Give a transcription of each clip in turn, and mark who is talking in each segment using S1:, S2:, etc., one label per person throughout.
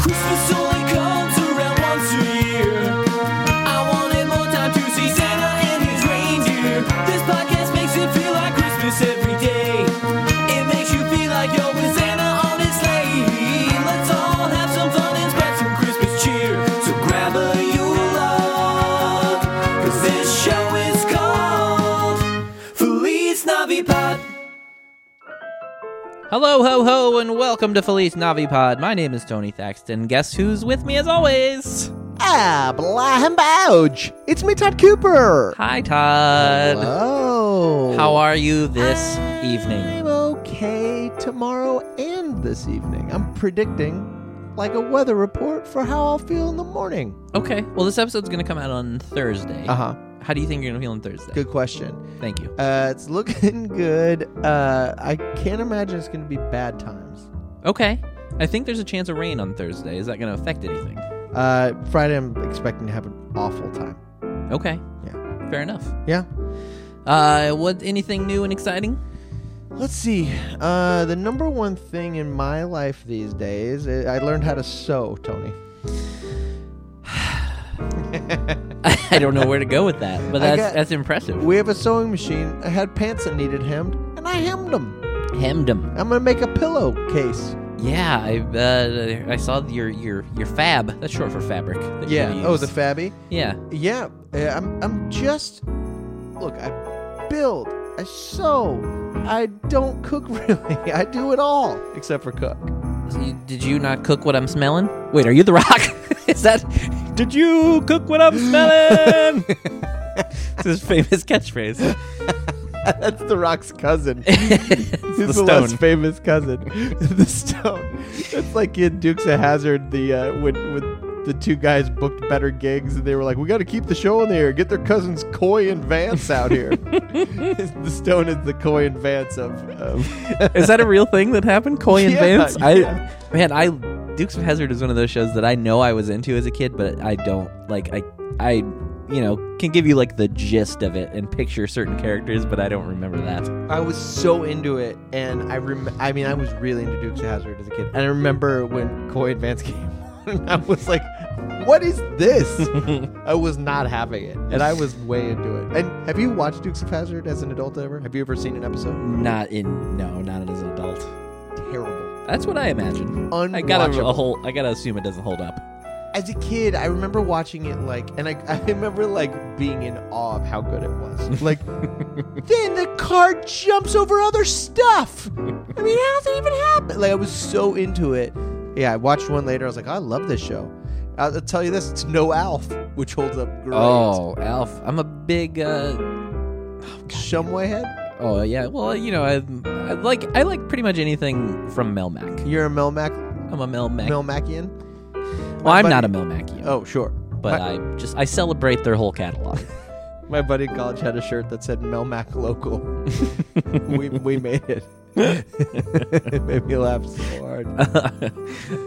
S1: Christmas only comes around once a year. I wanted more time to see Santa and his reindeer. This podcast makes it feel like Christmas every day. It makes you feel like you're with Santa on his sleigh. Let's all have some fun and spread some Christmas cheer. So grab a Yule log, 'cause this show is called Feliz Navipod.
S2: Hello, ho, ho, and welcome to Felice Navipod. My name is Tony Thaxton. Guess who's with me as always?
S3: Ah, blahambouch! It's me, Todd Cooper.
S2: Hi, Todd.
S3: Hello.
S2: How are you this evening?
S3: I'm okay tomorrow and this evening. I'm predicting, like a weather report, for how I'll feel in the morning.
S2: Okay. Well, this episode's going to come out on Thursday.
S3: Uh huh.
S2: How do you think you're going to feel on Thursday?
S3: Good question.
S2: Thank you.
S3: Uh, it's looking good. Uh, I can't imagine it's gonna be bad times.
S2: Okay. I think there's a chance of rain on Thursday. Is that going to affect anything?
S3: Uh, Friday, I'm expecting to have an awful time.
S2: Okay.
S3: Yeah.
S2: Fair enough.
S3: Yeah.
S2: Uh, what? Anything new and exciting?
S3: Let's see. Uh, the number one thing in my life these days, I I learned how to sew, Tony.
S2: I don't know where to go with that, but
S3: I
S2: that's
S3: got-
S2: that's impressive.
S3: We have a sewing machine. I had pants that needed hemmed, and I hemmed them.
S2: Hemmed 'em.
S3: I'm gonna make a pillowcase.
S2: Yeah, I uh, I saw your your your fab. That's short for fabric. that you use.
S3: Oh, the fabby.
S2: yeah.
S3: Yeah. uh, I'm. I'm just. Look, I build. I sew. I don't cook really. I do it all except for cook.
S2: So you- Did you not cook what I'm smelling? Wait, are you the Rock? Is that? Did you cook what I'm smelling? it's his famous catchphrase.
S3: That's the Rock's cousin.
S2: it's
S3: He's
S2: the
S3: the, less
S2: stone.
S3: famous cousin, the Stone. It's like in Dukes of Hazard, the uh, when when the two guys booked better gigs, and they were like, "We got to keep the show on the air. Get their cousins Coy and Vance out here." the Stone is the Coy and Vance of. of
S2: Is that a real thing that happened? Coy and
S3: Yeah,
S2: Vance? I
S3: yeah.
S2: man, I Dukes of Hazard is one of those shows that I know I was into as a kid, but I don't like I I you know can give you like the gist of it and picture certain characters, but I don't remember that.
S3: I was so into it, and I rem- I mean, I was really into Dukes of Hazard as a kid, and I remember when Coy and Vance came on, and I was like. What is this? I was not having it, and I was way into it. And have you watched Dukes of Hazard as an adult ever? Have you ever seen an episode?
S2: Not in no, not as an adult.
S3: terrible.
S2: That's what I imagine. I gotta a
S3: Unwatchable.
S2: whole. I gotta assume it doesn't hold up.
S3: As a kid, I remember watching it like, and I, I remember like being in awe of how good it was. Like, then the car jumps over other stuff. I mean, how's it even happen? Like, I was so into it. Yeah, I watched one later. I was like, "Oh, I love this show. I'll I'll tell you this: it's no Alf, which holds up great.
S2: Oh, Alf! I'm a big. Uh,
S3: Shumwayhead,
S2: oh yeah. Well, you know, I, I like I like pretty much anything from Melmac.
S3: you're a Melmac,
S2: I'm a Melmac.
S3: Melmacian.
S2: well, I'm
S3: buddy-
S2: not a Melmacian,
S3: Oh, sure.
S2: but
S3: my,
S2: I just I celebrate their whole catalog.
S3: my buddy in college had a shirt that said Melmac local. we we made it. it made me laugh so hard.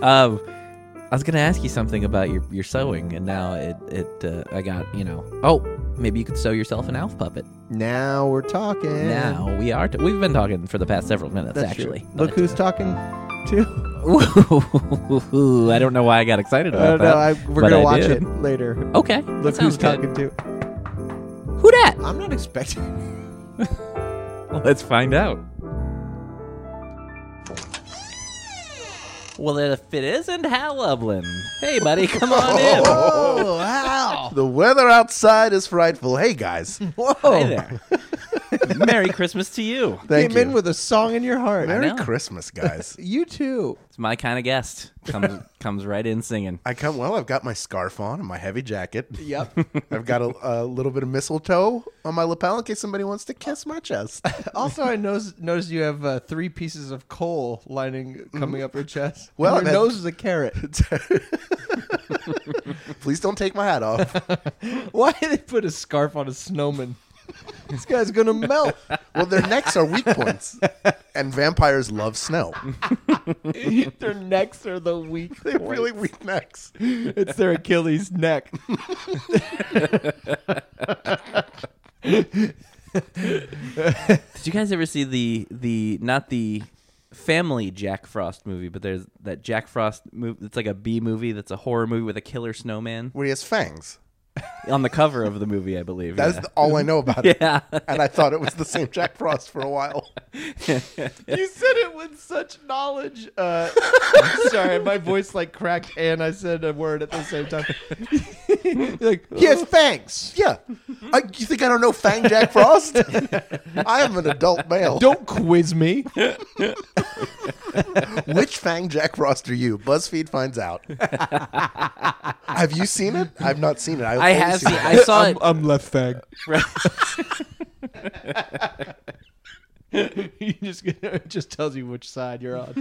S2: um, I was gonna ask you something about your your sewing, and now it it uh, I got you know. Oh, maybe you could sew yourself an Alf puppet.
S3: Now we're talking.
S2: Now we are. T- we've been talking for the past several minutes,
S3: That's true.
S2: actually.
S3: Look who's talking too.
S2: Ooh, I don't know why I got excited
S3: I
S2: about
S3: don't
S2: that.
S3: know. I, we're
S2: but
S3: gonna
S2: I
S3: watch
S2: did.
S3: it later.
S2: Okay.
S3: Look who's talking too.
S2: Who dat?
S3: I'm not expecting.
S2: Let's find out. Well, if it isn't Hal Lublin. Hey, buddy, come on in.
S3: Oh wow!
S4: The weather outside is frightful. Hey guys,
S3: Whoa!
S2: Hey there. Merry Christmas to you.
S3: Came
S4: Thank you.
S3: in with a song in your heart.
S4: Merry
S2: know.
S4: Christmas, guys.
S3: You too.
S2: It's my kind of guest. Comes comes right in singing.
S4: I come well. I've got my scarf on and my heavy jacket.
S3: Yep.
S4: I've got a, a little bit of mistletoe on my lapel in case somebody wants to kiss my chest.
S3: also, I noticed, noticed you have uh, three pieces of coal lining coming up your chest.
S4: Well,
S3: your
S4: that-
S3: nose is a carrot.
S4: Please don't take my hat off.
S3: Why did they put a scarf on a snowman? this guy's gonna melt.
S4: Well, their necks are weak points, and vampires love snow.
S3: Their necks are the weak.
S4: They have really weak necks.
S3: It's their Achilles neck.
S2: Did you guys ever see the the not the family Jack Frost movie, but there's that Jack Frost movie. It's like a B movie. That's a horror movie with a killer snowman
S4: where he has fangs.
S2: on the cover of the movie, I believe.
S4: That's
S2: yeah.
S4: the- all I know about it.
S2: Yeah.
S4: And I thought it was the same Jack Frost for a while.
S3: you said it with such knowledge. Uh, sorry, my voice like cracked, and I said a word at the same time. You're like "Oh,
S4: He has fangs. Yeah. I, you think I don't know Fang Jack Frost? I am an adult male.
S3: Don't quiz me.
S4: Which Fang Jack Frost are you? BuzzFeed finds out. have you seen it? I've not seen it. I,
S2: I
S4: only
S2: have
S4: seen
S2: seen. I saw it.
S3: I'm left fag. he just it just tells you which side you're on.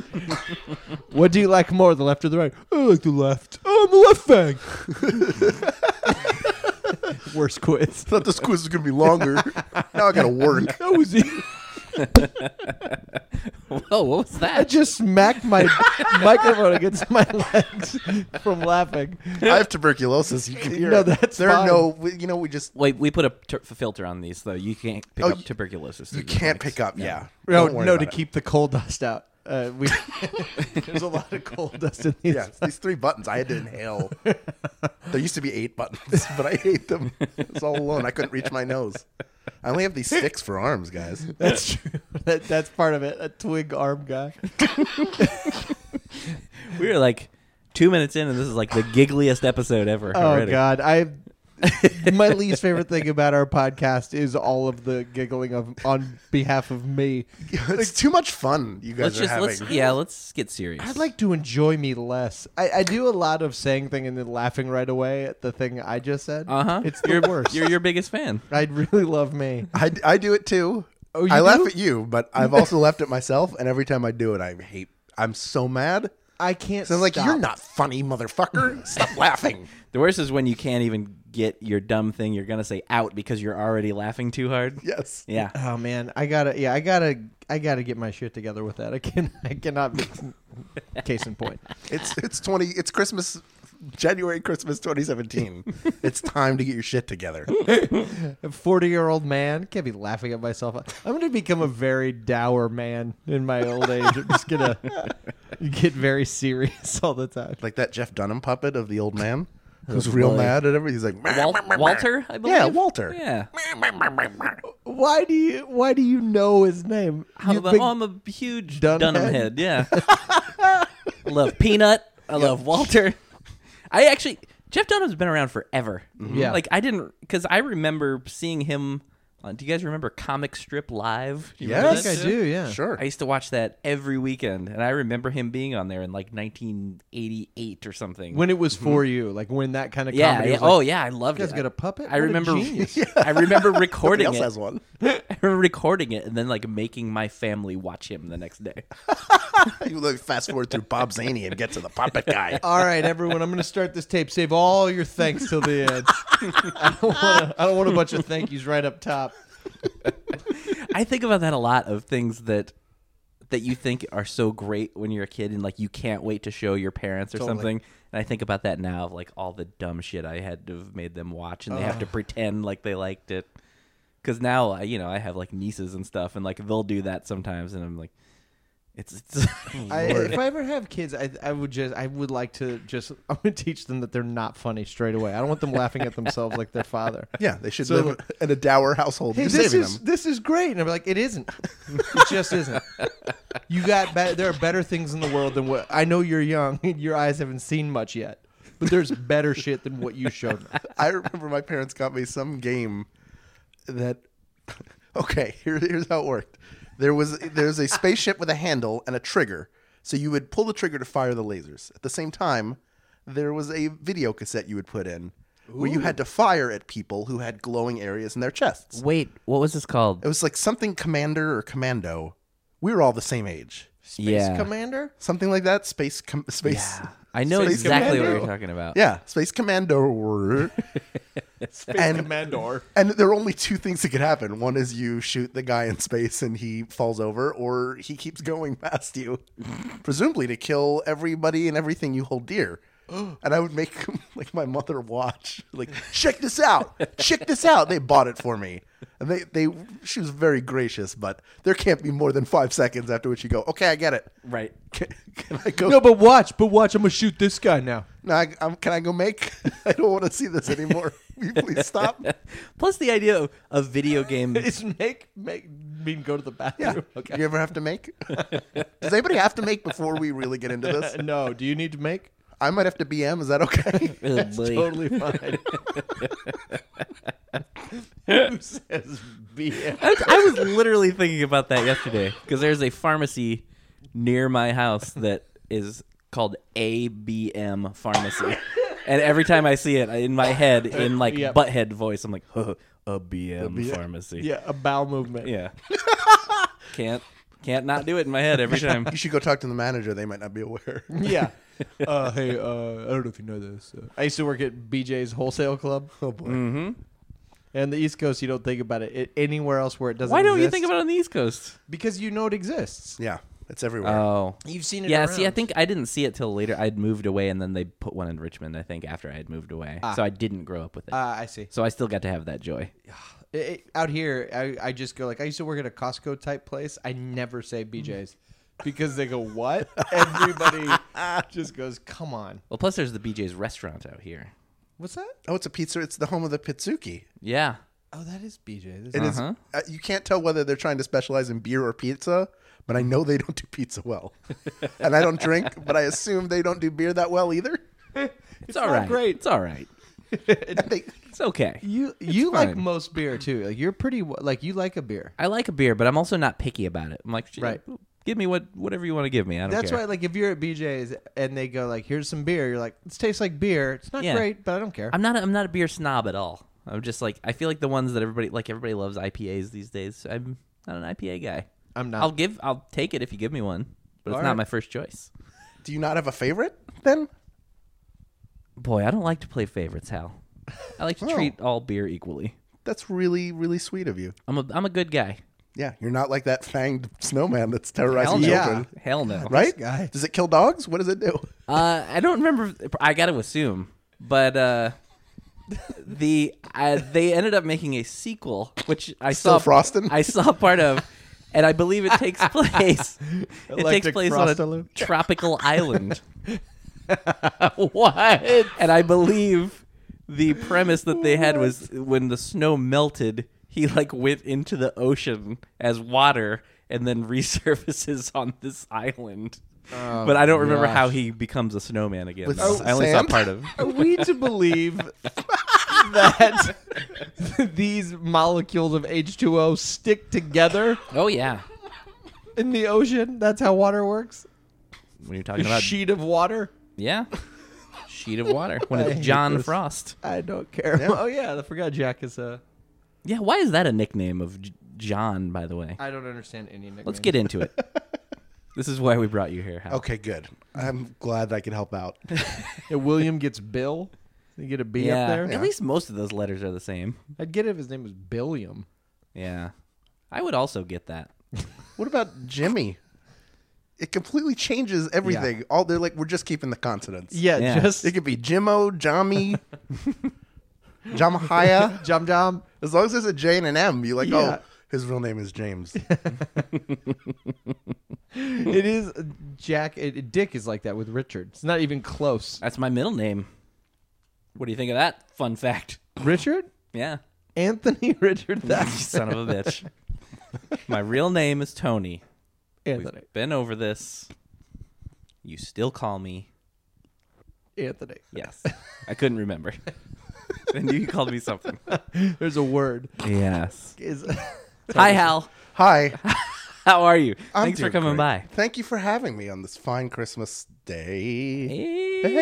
S3: what do you like more, the left or the right? I like the left. Oh, I'm the left fag. Worst quiz.
S4: thought this quiz was going to be longer. now I got to work.
S3: That was e-, it.
S2: Whoa, what was
S3: I
S2: that?
S3: just smacked my microphone against my legs from laughing.
S4: I have tuberculosis. You can hear.
S3: No,
S4: it.
S3: that's
S4: there
S3: fine.
S4: are no. we- You know, we just
S2: Wait, we put a tur- filter on these, though. You can't pick
S4: Oh,
S2: up
S4: you-
S2: tuberculosis.
S4: you can't pick up. Yeah.
S3: No,
S4: Don't worry
S3: no, to
S4: about it.
S3: keep the coal dust out. Uh, we, there's a lot of coal dust in these.
S4: Yeah, it's these three buttons I had to inhale. there used to be eight buttons, but I ate them. It's all alone. I couldn't reach my nose. I only have these sticks for arms, guys.
S3: That's true. That, that's part of it. A twig arm guy.
S2: We were like two minutes in, and this is like the giggliest episode ever.
S3: Oh
S2: already.
S3: God, I. my least favorite thing about our podcast is all of the giggling of on behalf of me.
S4: It's too much fun you
S2: Let's
S4: guys are
S2: just
S4: having.
S2: let's yeah, let's get serious.
S3: I'd like to enjoy me less. I, I do a lot of saying thing and then laughing right away at the thing I just said.
S2: Uh huh.
S3: It's the
S2: you're,
S3: worst.
S2: You're your biggest fan.
S3: I'd really love me.
S4: I, I do it too.
S3: Oh, you
S4: I laugh
S3: do?
S4: at you, but I've also laughed at myself. And every time I do it, I hate. I'm so mad.
S3: I can't.
S4: So I'm like,
S3: stop.
S4: you're not funny, motherfucker. Stop laughing.
S2: The worst is when you can't even get your dumb thing you're gonna say out because you're already laughing too hard.
S4: Yes.
S2: Yeah.
S3: Oh man, I gotta. Yeah, I gotta. I gotta get my shit together with that. I can. I cannot. Be, case in point.
S4: It's it's twenty. It's Christmas, January Christmas 2017. it's time to get your shit together.
S3: A forty-year-old man can't be laughing at myself. I'm gonna become a very dour man in my old age. I'm just gonna get very serious all the time.
S4: Like that Jeff Dunham puppet of the old man, who's real mad at everything. He's like
S2: Wal- Walter, I believe.
S4: Yeah, Walter.
S2: Yeah.
S3: Why do you? Why do you know his name?
S2: How
S3: You
S2: about,
S3: think-
S2: oh, I'm a huge
S3: Dunhead?
S2: Dunham head. Yeah. I love Peanut. I love Walter. I actually Jeff Dunham's been around forever.
S3: Yeah.
S2: Like I didn't because I remember seeing him. On, do you guys remember Comic Strip Live? Do you remember
S3: I
S4: Yes.
S2: that
S3: think I
S2: shit?
S3: do. Yeah.
S4: Sure.
S2: I used to watch that every weekend, and I remember him being on there in like 1988 or something.
S3: When it was for you, like when that kind of
S2: Hmm. yeah,
S3: comedy
S2: yeah.
S3: was like,
S2: oh yeah, I loved
S3: You guys
S2: it.
S3: got a puppet?
S2: I
S3: What a
S2: remember.
S3: genius.
S2: I remember
S4: Somebody
S2: recording
S4: else
S2: it.
S4: has one.
S2: I remember recording it and then like making my family watch him the next day.
S4: you like fast forward through Bob Zaney and get to the puppet guy.
S3: All right, everyone, I'm going to start this tape. Save all your thanks till the end. I don't want I don't want a bunch of thank yous right up top.
S2: I think about that a lot of things that that you think are so great when you're a kid and like you can't wait to show your parents or something. And I think about that now of like all the dumb shit I had to have made them watch and they have to pretend like they liked it. Cuz now I- you know, I have like nieces and stuff and like they'll do that sometimes and I'm like it's, it's
S3: I, if I ever have kids, I, I would just I would like to just I'm going to teach them that they're not funny straight away. I don't want them laughing at themselves like their father.
S4: Yeah, they should
S3: So-
S4: live in a dour household.
S3: Hey,
S4: You're
S3: this
S4: saving
S3: is
S4: them.
S3: this is great, and I'm like, it isn't. It just isn't. You got be- there are better things in the world than what I know. You're young, and your eyes haven't seen much yet, but there's better shit than what you showed. Me.
S4: I remember my parents got me some game that. Okay, here, here's how it worked. There was there's a spaceship with a handle and a trigger, so you would pull the trigger to fire the lasers. At the same time, there was a video cassette you would put in where you had to fire at people who had glowing areas in their chests.
S2: Wait, what was this called?
S4: It was like something commander or commando. We were all the same age,
S2: yeah.
S3: Commander.
S4: something like that. Space, com- space.
S2: I know
S4: Space
S2: exactly what
S4: Commando.
S2: you're talking about.
S4: Yeah, space commando. and
S3: Commandor.
S4: And there are only two things that could happen. One is you shoot the guy in space and he falls over, or he keeps going past you, presumably to kill everybody and everything you hold dear. And I would make like my mother watch, like check this out, check this out. They bought it for me, And they, they she was very gracious, but there can't be more than five seconds after which you go, okay, I get it.
S2: Right.
S4: Can, can I go?
S3: No, but watch, but watch. I'm gonna shoot this guy now.
S4: No, I, I'm, can I go make? I don't want to see this anymore. Will you please stop?
S2: Plus the idea of a video game.
S3: It's make make mean go to the
S4: Yeah.
S3: bathroom.
S4: Do you ever have to make? Does anybody have to make before we really get into this?
S3: no, do you need to make?
S4: I might have to BM. Is that okay?
S2: Oh, boy.
S3: Totally fine. Who says BM?
S2: I was- I was literally thinking about that yesterday because there's a pharmacy near my house that is called ABM Pharmacy, and every time I see it I- in my head, in like
S3: Uh, Yep.
S2: butthead voice, I'm like, huh, a BM Pharmacy.
S3: Yeah, a bowel movement.
S2: yeah. can't can't not do it in my head every time.
S4: you should go talk to the manager. They might not be aware.
S3: Yeah. Uh, hey, uh, I don't know if you know this. Uh, I used to work at BJ's Wholesale Club. Oh boy. Mm-hmm. And the East Coast, you don't think about it. it anywhere else where it doesn't.
S2: Why don't you
S3: exist-
S2: think about it on the East Coast?
S3: Because you know it exists.
S4: Yeah, it's everywhere.
S2: Oh.
S3: You've seen it.
S2: Yeah,
S3: around.
S2: see, I think I didn't see it till later. I'd moved away, and then they put one in Richmond. I think after I had moved away, so I didn't grow up with it.
S3: Ah, I see.
S2: so I still got to have that joy.
S3: It- it- out here, I, I just go like I used to work at a Costco type place. I never say
S2: Mm.
S3: BJ's because they go what? Everybody just goes, come on.
S2: Well, plus there's the BJ's restaurant out here.
S3: What's that?
S4: Oh, it's a pizza. It's the home of the Pizzuki.
S2: Yeah.
S3: Oh, that is BJ's.
S4: It
S3: isn't
S4: is-
S2: Uh-huh.
S4: uh, you can't tell whether they're trying to specialize in beer or pizza, but I know they don't do pizza well. and I don't drink, but I assume they don't do beer that well either.
S2: It's, all right. Great. It's all right.
S4: They,
S2: It's okay.
S3: You you like
S2: fine.
S3: most beer too. Like you're pretty w- like you like a beer.
S2: I like a beer, but I'm also not picky about it. I'm like, "Shit,
S3: Right.
S2: give me what whatever you want to give me. I don't
S3: That's
S2: care.
S3: why like if you're at BJ's and they go like here's some beer, you're like this tastes like beer. It's not
S2: Yeah.
S3: great, but I don't care.
S2: I'm not. A, I'm not a beer snob at all. I'm just like I feel like the ones that everybody like everybody loves IPAs these days. So I'm not an IPA guy.
S3: I'm not.
S2: I'll give. I'll take it if you give me one, but it's
S3: All
S2: not
S3: right.
S2: my first choice.
S4: do you not have a favorite then?
S2: Boy, I don't like to play favorites, Hal. I like to
S3: Oh.
S2: treat all beer equally.
S4: That's really, really sweet of you.
S2: I'm a I'm a good guy.
S4: Yeah, you're not like that fanged snowman that's terrorizing
S2: Hell no.
S4: children.
S2: Hell no.
S4: Right?
S3: guy.
S4: Does it kill dogs? What does it do?
S2: Uh, I don't remember. if- I got to assume, but uh, the uh, they ended up making a sequel, which I
S4: Still
S2: saw
S4: frosting?
S2: I saw part of, and I believe it takes place. it takes
S3: Electric
S2: place on a
S3: Frostaloo?
S2: tropical island. what? And I believe the premise that they had was when the snow melted, he like went into the ocean as water and then resurfaces on this island.
S3: Um,
S2: but I don't remember
S3: gosh.
S2: how he becomes a snowman again.
S4: With
S2: though. I only
S4: sand?
S2: saw part of.
S3: Are we to believe that these molecules of H2O stick together
S2: Oh yeah,
S3: in the ocean? That's how water works.
S2: when you're
S3: A
S2: talking about
S3: sheet of water.
S2: yeah, sheet of water. When
S3: hate
S2: it's John
S3: this.
S2: Frost.
S3: I don't care. Oh yeah, I forgot Jack is a.
S2: Yeah, why is that a nickname of J- John? By the way,
S3: I don't understand any. Nickname.
S2: let's get into it. this is why we brought you here. Hal.
S4: Okay, good. I'm glad I could help out.
S3: Yeah, William gets Bill. You get a B
S2: Yeah.
S3: up there.
S2: At least most of those letters are the same.
S3: I'd get it if his name was Billiam.
S2: Yeah. I would also get that.
S4: What about Jimmy? It completely changes everything. All they're like, we're just keeping the consonants.
S3: Yeah,
S2: Yeah.
S3: just
S4: It could be Jimmo, Jami, Jamahaya.
S3: Jum Jum.
S4: As long as there's a J and an M, you like,
S3: Yeah.
S4: oh, his real name is James.
S3: It is uh, Jack. It, Dick is like that with Richard. It's not even close.
S2: That's my middle name. What do you think of that fun fact?
S3: Richard,
S2: Yeah.
S3: Anthony, Richard. That's
S2: Son of a bitch. my real name is Tony.
S3: Anthony.
S2: Been over this. You still call me.
S3: Anthony.
S2: Yes. I couldn't remember. I knew you called me something.
S3: There's a word.
S2: Yes.
S3: Is
S2: Hi, Hal.
S4: Hi.
S2: How are you?
S4: I'm
S2: Thanks for
S4: doing
S2: coming by.
S4: great. Thank you for having me on this fine Christmas day.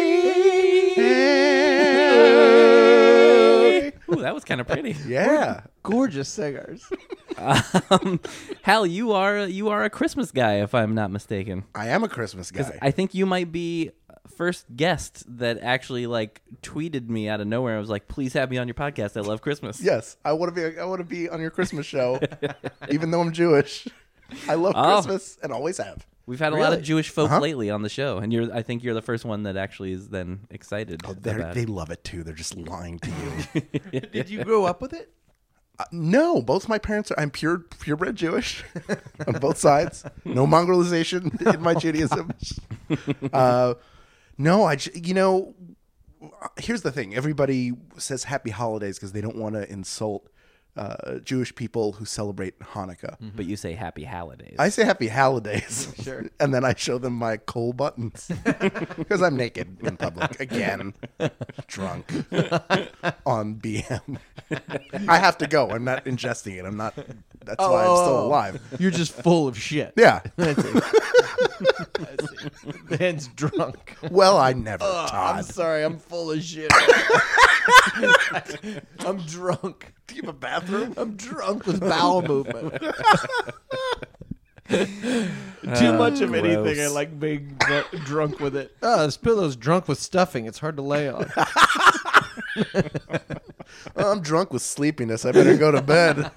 S2: Hey. Ooh, that was kind of pretty.
S4: Yeah.
S3: gorgeous singers.
S2: um, Hal, you are you are a Christmas guy, if I'm not mistaken.
S4: I am a Christmas guy.
S2: I think you might be first guest that actually like tweeted me out of nowhere. I was like, "Please have me on your podcast. I love Christmas."
S4: yes, I want to be I want to be on your Christmas show even though I'm Jewish. I love
S2: Oh.
S4: Christmas and always have.
S2: We've had a lot of
S3: Really?
S2: Jewish folk
S4: Uh-huh.
S2: lately on the show, and you're I think you're the first one that actually is then excited
S4: Oh, They're-
S2: about.
S4: they
S2: it.
S4: love it too. They're just lying to you.
S3: Did you grow up with it?
S4: Uh, no, both my parents are. I'm pure purebred Jewish on both sides. No mongrelization in my Judaism. Uh, no, I. ju- You know, here's the thing. Everybody says Happy Holidays because they don't want to insult uh, Jewish people who celebrate Hanukkah.
S2: But you say happy holidays.
S4: I say happy holidays.
S3: Sure.
S4: And then I show them my coal buttons because I'm naked in public again, drunk on BM. I have to go. I'm not ingesting it. I'm not. That's why I'm still
S3: Oh.
S4: alive.
S3: You're just full of shit.
S4: Yeah.
S3: That's it. That's it. The man's drunk.
S4: Well, I never,
S3: Oh, I'm
S4: Todd.
S3: sorry. I'm full of shit. I'm drunk.
S4: Do you have a bathroom?
S3: I'm drunk with bowel movement. Too much of anything. I
S2: gross.
S3: like being dr- drunk with it. Oh, Uh, this pillow's drunk with stuffing. It's hard to lay on.
S4: I'm drunk with sleepiness. I better go to bed.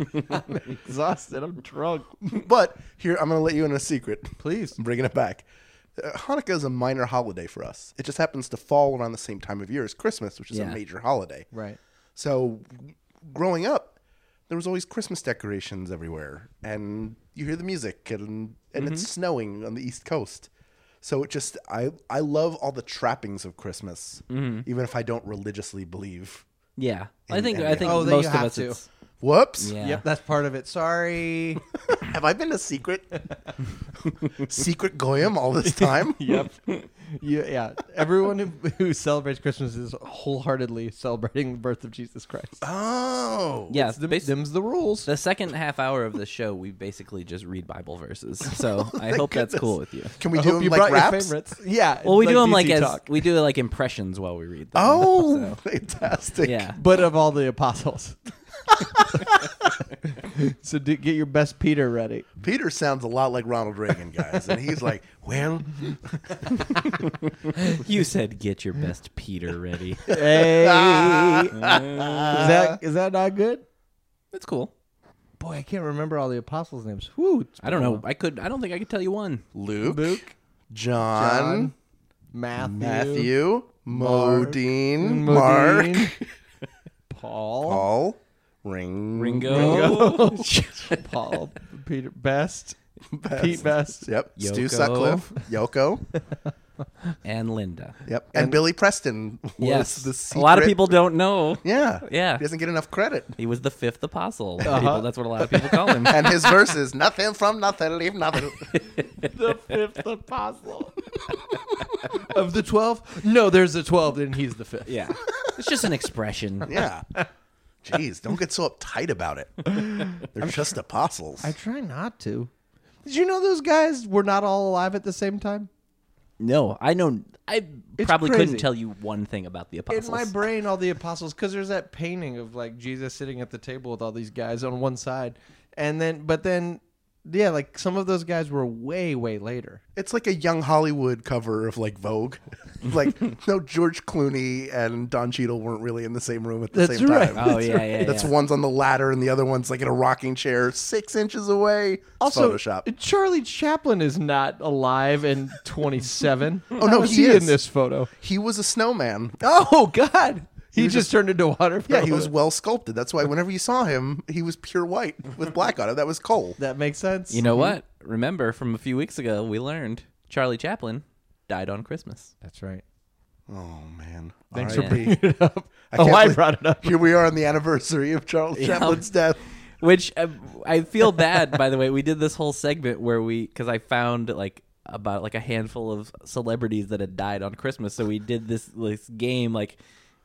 S3: Exhausted. I'm drunk.
S4: but here, I'm going to let you in a secret.
S3: Please.
S4: I'm bringing it back. Uh, Hanukkah is a minor holiday for us. It just happens to fall around the same time of year as Christmas, which is
S2: Yeah.
S4: a major holiday.
S3: Right.
S4: So, growing up, there was always Christmas decorations everywhere, and you hear the music, and and it's
S3: Mm-hmm.
S4: snowing on the East Coast. So it just I I love all the trappings of Christmas,
S3: Mm-hmm.
S4: even if I don't religiously believe.
S2: yeah, I think
S4: and-
S2: I think
S3: Oh, then you
S2: most of
S3: have
S2: us.
S3: to.
S2: It's,
S4: Whoops!
S2: yeah.
S3: Yep, that's part of it. Sorry.
S4: Have I been a secret secret goyim all this time?
S3: yep. Yeah, yeah. Everyone who, who celebrates Christmas is wholeheartedly celebrating the birth of Jesus Christ.
S4: Oh,
S2: Yeah,
S3: Them,
S2: basi-
S3: them's the rules.
S2: the second half hour of the show, we basically just read Bible verses. So I
S4: Oh, Thank
S2: hope that's
S4: goodness.
S2: cool with you.
S4: Can we
S3: I
S4: do
S3: hope
S4: them
S3: you
S4: like
S3: brought your
S4: raps?
S3: favorites. Yeah.
S2: Well, we do 'em do them like
S3: DC
S2: as
S3: talk.
S2: we do like impressions while we read. Them.
S4: Oh, fantastic!
S2: yeah.
S3: but of all the apostles. so do, get your best Peter ready.
S4: Peter sounds a lot like Ronald Reagan, guys, and he's like, "Well,
S2: You said get your best Peter ready.
S3: Hey, is that is that not good?
S2: That's cool.
S3: Boy, I can't remember all the apostles' names. Whoo, it's
S2: I don't know. I could. I don't think I could tell you one.
S4: Luke,
S3: Luke,
S4: John,
S3: John, Matthew,
S4: Matthew,
S3: Mark,
S4: Modine, Mark,
S3: Modine, Paul,
S4: Paul, Ring,
S2: Ringo.
S3: Oh. Paul, Peter, Best,
S4: Best.
S3: Pete, Best.
S4: Yep. Stu
S2: Yoko.
S4: Sutcliffe, Yoko.
S2: and Linda.
S4: Yep. And, Billy Preston was
S2: Yes,
S4: the
S2: a lot of
S4: secret-
S2: people don't know.
S4: Yeah.
S2: Yeah.
S4: He doesn't get enough credit.
S2: He was the fifth apostle. A lot of
S3: Uh-huh.
S2: people- that's what a lot of people call him.
S4: And his verse is nothing from nothing, leave nothing.
S3: the fifth apostle of the twelve. No, there's a twelve, and he's the fifth.
S2: yeah, it's just an expression.
S4: Yeah. Jeez, don't get so uptight about it. They're just apostles.
S3: I try not to. Did you know those guys were not all alive at the same time?
S2: No, I know. I
S3: It's
S2: probably
S3: crazy.
S2: couldn't tell you one thing about the apostles.
S3: In my brain, all the apostles, because there's that painting of like Jesus sitting at the table with all these guys on one side, and then but then yeah, like some of those guys were way way later.
S4: It's like a young Hollywood cover of like Vogue. like no George Clooney and Don Cheadle weren't really in the same room at the
S3: That's
S4: same
S3: right.
S4: time.
S2: oh yeah, yeah,
S4: That's
S2: yeah.
S4: one's on the ladder and the other one's like in a rocking chair six inches away. It's
S3: Also,
S4: Photoshop.
S3: Charlie Chaplin is not alive in 27. oh
S4: no, he
S3: in
S4: is.
S3: this photo.
S4: He was a snowman.
S3: Oh God, he, just, turned into water.
S4: Yeah, he
S3: for a
S4: was
S3: little
S4: well sculpted. That's why whenever you saw him, he was pure white with black on him. That was Cole.
S3: bit. That makes sense.
S2: You know what? Remember from a few weeks ago, we learned Charlie Chaplin died on Christmas.
S3: that's right.
S4: Oh man.
S3: Thanks
S2: for
S4: bringing
S3: It up.
S4: I
S3: oh,
S4: can't
S3: I
S4: believe-
S3: brought it up.
S4: Here we are on the anniversary of Charles Chaplin's death.
S2: Which uh, I feel bad. by the way, we did this whole segment where we because I found like about like a handful of celebrities that had died on Christmas. So we did this this game like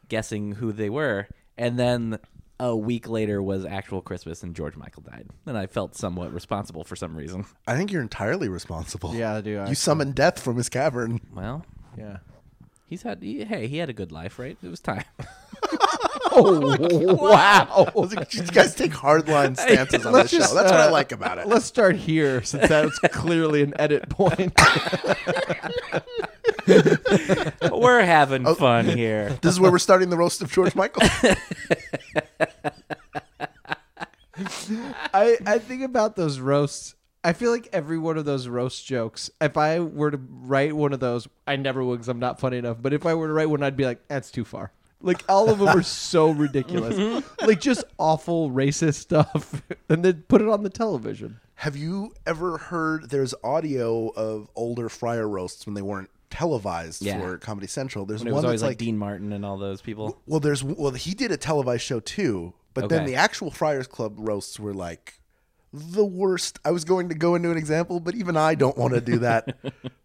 S2: guessing who they were, and then a week later was actual Christmas, and George Michael died, and I felt somewhat responsible for some reason.
S4: I think you're entirely responsible.
S3: Yeah, I do.
S4: You
S3: actually.
S4: summoned death from his cavern.
S2: Well,
S3: yeah.
S2: he's had he, hey he had a good life, right? It was time.
S3: Oh wow.
S4: You guys take hardline stances on this show. That's what I
S3: uh,
S4: like about it.
S3: Let's start here since that's clearly an edit point.
S2: We're having fun here.
S4: This is where we're starting the roast of George Michael.
S3: I, I think about those roasts. I feel like every one of those roast jokes, if I were to write one of those, I never would because I'm not funny enough. But if I were to write one, I'd be like, that's too far. Like all of them are so ridiculous. like just awful racist stuff, and then put it on the television.
S4: Have you ever heard there's audio of older Fryer roasts when they weren't televised
S2: Yeah.
S4: for Comedy Central? There's
S2: When it
S4: one
S2: was always
S4: that's
S2: like,
S4: like,
S2: Dean Martin and all those people.
S4: well, there's well he did a televised show too, but then
S2: Okay.
S4: the actual Friars Club roasts were like the worst. I was going to go into an example, but even I don't want to do that.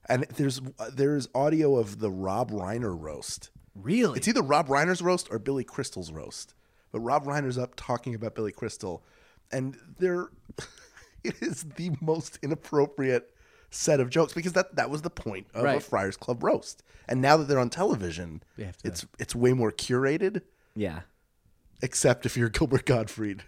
S4: and there's uh, there's audio of the Rob Reiner roast.
S3: Really?
S4: It's either Rob Reiner's roast or Billy Crystal's roast. But Rob Reiner's up talking about Billy Crystal, and they're it is the most inappropriate set of jokes because that that was the point of a
S3: Right.
S4: Friars Club roast. And now that they're on television,
S3: have to-
S4: it's it's way more curated.
S2: Yeah.
S4: Except if you're Gilbert Gottfried,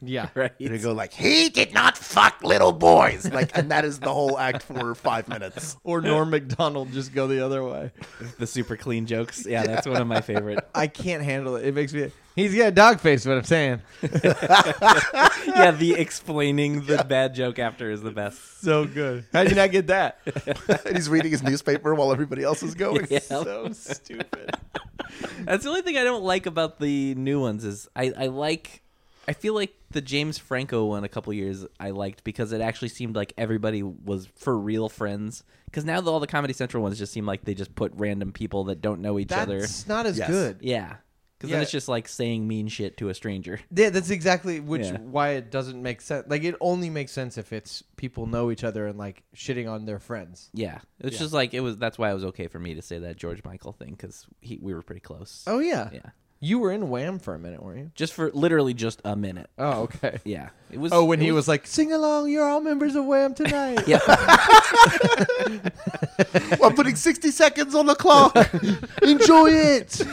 S3: yeah.
S2: Right.
S4: you go like he did not fuck little boys, like, and that is the whole act for five minutes.
S3: Or Norm Macdonald just go the other way.
S2: The super clean jokes. Yeah, that's one of my favorite.
S3: I can't handle it. It makes me. He's got a dog face. What I'm saying.
S2: Yeah, the explaining the bad joke after is the best.
S3: So good. How'd you not get that?
S4: and he's reading his newspaper while everybody else is going.
S2: Yeah.
S3: so stupid.
S2: That's the only thing I don't like about the new ones is I, I like I feel like the James Franco one a couple years I liked because it actually seemed like everybody was for real friends. Because now the, all the Comedy Central ones just seem like they just put random people that don't know each other.
S3: That's not as
S4: Yes.
S3: good.
S2: Yeah. Because
S3: Yeah.
S2: then it's just like saying mean shit to a stranger.
S3: Yeah, that's exactly which
S2: Yeah.
S3: why it doesn't make sense. Like it only makes sense if it's people know each other and like shitting on their friends.
S2: Yeah. It's just like it was. That's why it was okay for me to say that George Michael thing because we were pretty close.
S3: Oh yeah.
S2: Yeah.
S3: You were in Wham for a minute, weren't you?
S2: Just for literally just a minute.
S3: Oh, okay.
S2: Yeah. It was.
S3: Oh, when
S2: it
S3: he was like, "Sing along, you're all members of Wham tonight."
S2: Yeah.
S4: I'm putting 60 seconds on the clock.
S3: Enjoy it.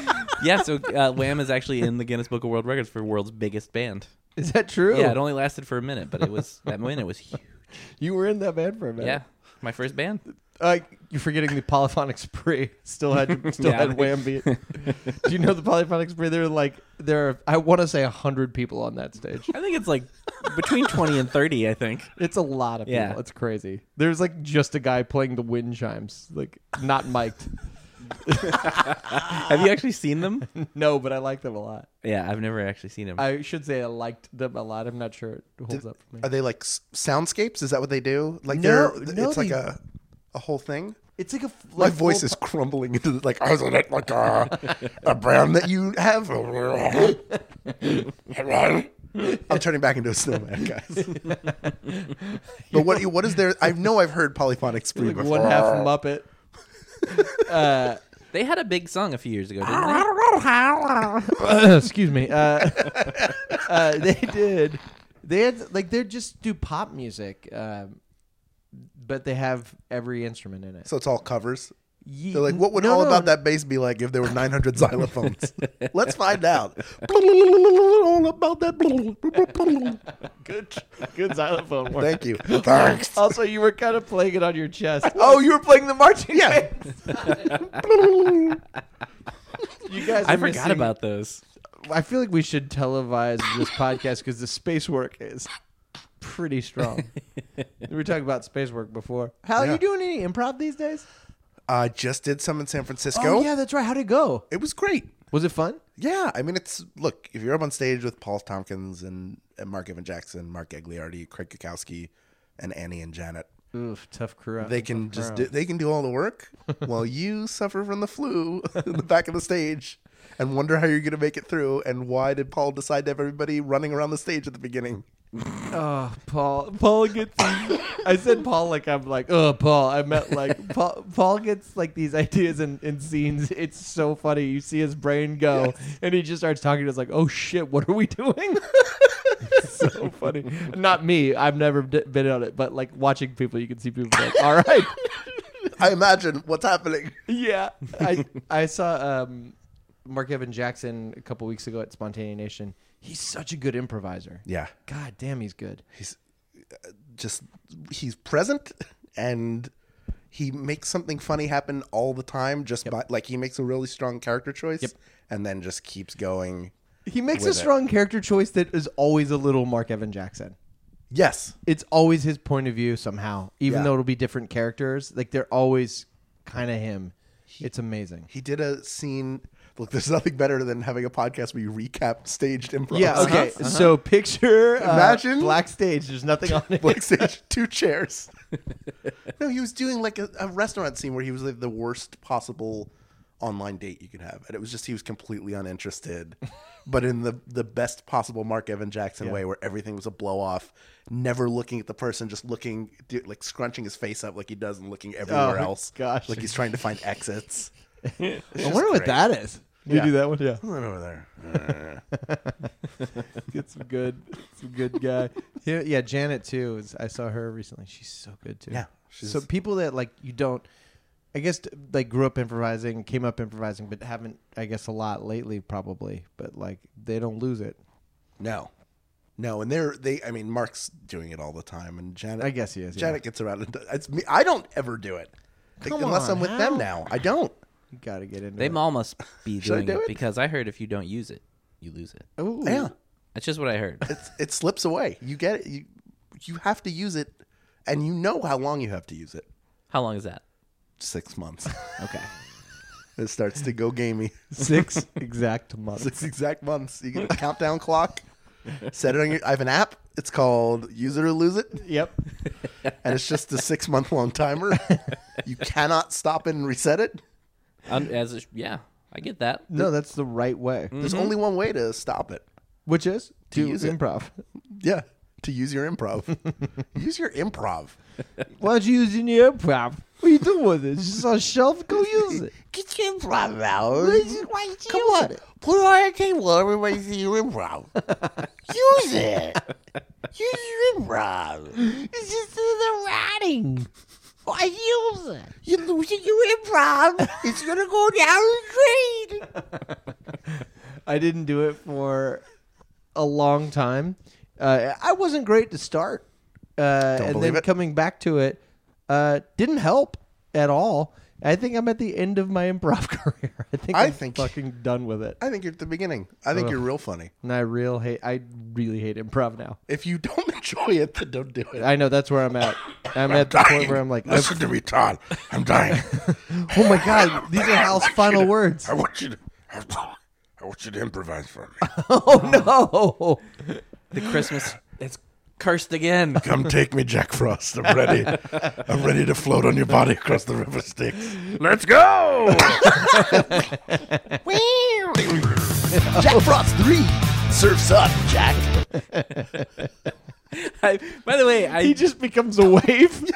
S2: yeah. So uh, Wham is actually in the Guinness Book of World Records for world's biggest band.
S3: Is that true?
S2: Yeah. It only lasted for a minute, but it was that minute was huge.
S3: you were in that band for a minute.
S2: Yeah. My first band.
S3: Uh, you're forgetting the polyphonic spree. Still had still
S2: Yeah.
S3: had Wham beat. Do you know the polyphonic spree? There are like there are I want to say hundred people on that stage.
S2: I think it's like between twenty and thirty. I think.
S3: It's a lot of people.
S2: Yeah.
S3: It's crazy. There's like just a guy playing the wind chimes, like not mic'd.
S2: Have you actually seen them?
S3: no, but I like them a lot.
S2: Yeah, I've never actually seen them.
S3: I should say I liked them a lot. I'm not sure it holds up for me.
S4: Are they like s- soundscapes? Is that what they do? Like
S3: No,
S4: they're
S3: no,
S4: it's like
S3: they-
S4: a a whole thing.
S3: It's like a f-
S4: My
S3: like
S4: voice
S3: full-
S4: is crumbling into the, like isn't it like a a brand that you have? I'm turning back into a snowman, guys. but what what is there? I know I've heard polyphonic spree
S3: like
S4: before.
S3: one half Muppet. uh,
S2: they had a big song a few years ago,
S4: Ah,
S2: didn't they?
S3: excuse me. Uh, uh, they did. They had like they just do pop music, um, but they have every instrument in it.
S4: so it's all covers.
S3: Ye-
S4: They're like, what would
S3: no,
S4: all
S3: no,
S4: about
S3: no.
S4: that bass be like if there were 900 xylophones? Let's find out. all about that.
S3: Good, good xylophone work.
S4: Thank you. Thanks.
S3: Also, you were kind of playing it on your chest.
S4: Oh, you were playing the marching yeah.
S3: you guys!
S2: I
S3: are
S2: forgot
S3: missing-
S2: about those.
S3: I feel like we should televise this podcast because the space work is pretty strong. we were talking about space work before. How are
S4: Yeah.
S3: you doing any improv these days?
S4: I just did some in San Francisco.
S3: Oh yeah, that's right. How'd it go?
S4: It was great.
S3: Was it fun?
S4: Yeah, I mean, it's look if you're up on stage with Paul Tompkins and, and Mark Evan Jackson, Mark Egliardi, Craig Kukowski, and Annie and Janet,
S3: Oof, tough crew.
S4: they can just do, they can do all the work while you suffer from the flu in the back of the stage and wonder how you're going to make it through and why did Paul decide to have everybody running around the stage at the beginning?
S3: Oh, Paul. Paul gets. I said Paul like I'm like oh Paul. I meant like Paul. Paul gets like these ideas and, and scenes. It's so funny. You see his brain go, and he just starts talking. It's like oh shit, what are we doing? so funny. Not me. I've never d- been on it, but like watching people, you can see people like all right.
S4: I imagine what's happening.
S3: Yeah, I I saw um, Mark Evan Jackson a couple weeks ago at Spontaneous Nation. He's such a good improviser.
S4: Yeah.
S3: God damn, he's good.
S4: he's uh, just he's present and he makes something funny happen all the time just by like he makes a really strong character choice and then just keeps going
S3: He makes a
S4: with it.
S3: strong character choice that is always a little Mark Evan Jackson.
S4: yes
S3: It's always his point of view somehow, even
S4: Yeah.
S3: though it'll be different characters. Like they're always kind of him. It's amazing.
S4: He did a scene. Look, there's nothing better than having a podcast where you recap staged improv.
S3: Yeah. Okay. So picture uh,
S4: Imagine-
S3: black stage. There's nothing on it.
S4: Black stage, two chairs. no, he was doing like a, a restaurant scene where he was like the worst possible online date you could have, and it was just he was completely uninterested, but in the the best possible Mark Evan Jackson way, where everything was a blow off, never looking at the person, just looking do- like scrunching his face up like he does, and looking everywhere
S3: my
S4: else,
S3: gosh.
S4: like he's trying to find exits.
S3: I wonder what that is. You
S4: Yeah.
S3: do that one, yeah.
S4: Right over there.
S3: Get some good, some good guy. Yeah, yeah, Janet too. Is, I saw her recently. She's so good too.
S4: Yeah,
S3: so
S4: she's-
S3: people that like you don't, I guess, t- like grew up improvising, came up improvising, but haven't, I guess, a lot lately probably. But like they don't lose it.
S4: No. No, and they're they. I mean, Mark's doing it all the time, and Janet.
S3: I guess he is, yeah.
S4: Janet gets around. It. It's me. I don't ever do it, Like,
S3: Come
S4: unless
S3: on,
S4: I'm with
S3: how?
S4: them now. I don't.
S3: You gotta get into
S2: They
S3: it.
S2: all must be
S4: Should I
S2: doing
S4: do
S2: it,
S4: it?
S2: because I heard if you don't use it, you lose it.
S3: Ooh.
S4: Yeah,
S2: That's just what I heard.
S4: it's it slips away. You get it. You you have to use it, and you know how long you have to use it.
S2: How long is that?
S4: Six months.
S2: Okay.
S4: it starts to go gamey.
S3: six exact months.
S4: Six exact months. You get a countdown clock. Set it on your. I have an app. It's called Use It or Lose It.
S3: Yep.
S4: and it's just a six month long timer. you cannot stop it and reset it.
S2: Un- Um, as a, yeah, I get that.
S3: No, that's the right way.
S4: There's only one way to stop it.
S3: Which is
S4: To
S3: do
S4: use it.
S3: improv.
S4: Yeah, to use your improv. use your improv.
S3: Why don't you use it in your improv? What are you doing with it? It's just on a shelf. Go use it.
S4: Get your improv out.
S3: Come on.
S4: Put it on a table. Everybody see your improv. use it. Use your improv.
S3: It's just the writing. Why use it?
S4: You're losing your improv. It's gonna go down the drain.
S3: I didn't do it for a long time. Uh, I wasn't great to start, uh, and
S4: believe
S3: then
S4: it.
S3: coming back to it uh, didn't help at all. I think I'm at the end of my improv career. I think
S4: I
S3: I'm
S4: think-
S3: fucking done with it,
S4: I think you're at the beginning. I think you're real funny.
S3: and I real hate. I really hate improv now.
S4: If you don't enjoy it, then don't do it.
S3: I know that's where I'm at. I'm at the point where I'm like, I-
S4: to me, Todd. I'm dying.
S3: oh my god, these are Hal's final words.
S4: want you to. I want you to improvise for me.
S3: Oh no.
S2: The Christmas, it's cursed again.
S4: Come take me, Jack Frost. I'm ready. I'm ready to float on your body across the river Styx. Let's go. Jack Frost three surfs up, Jack.
S2: I, by the way, I
S3: He just becomes a wave.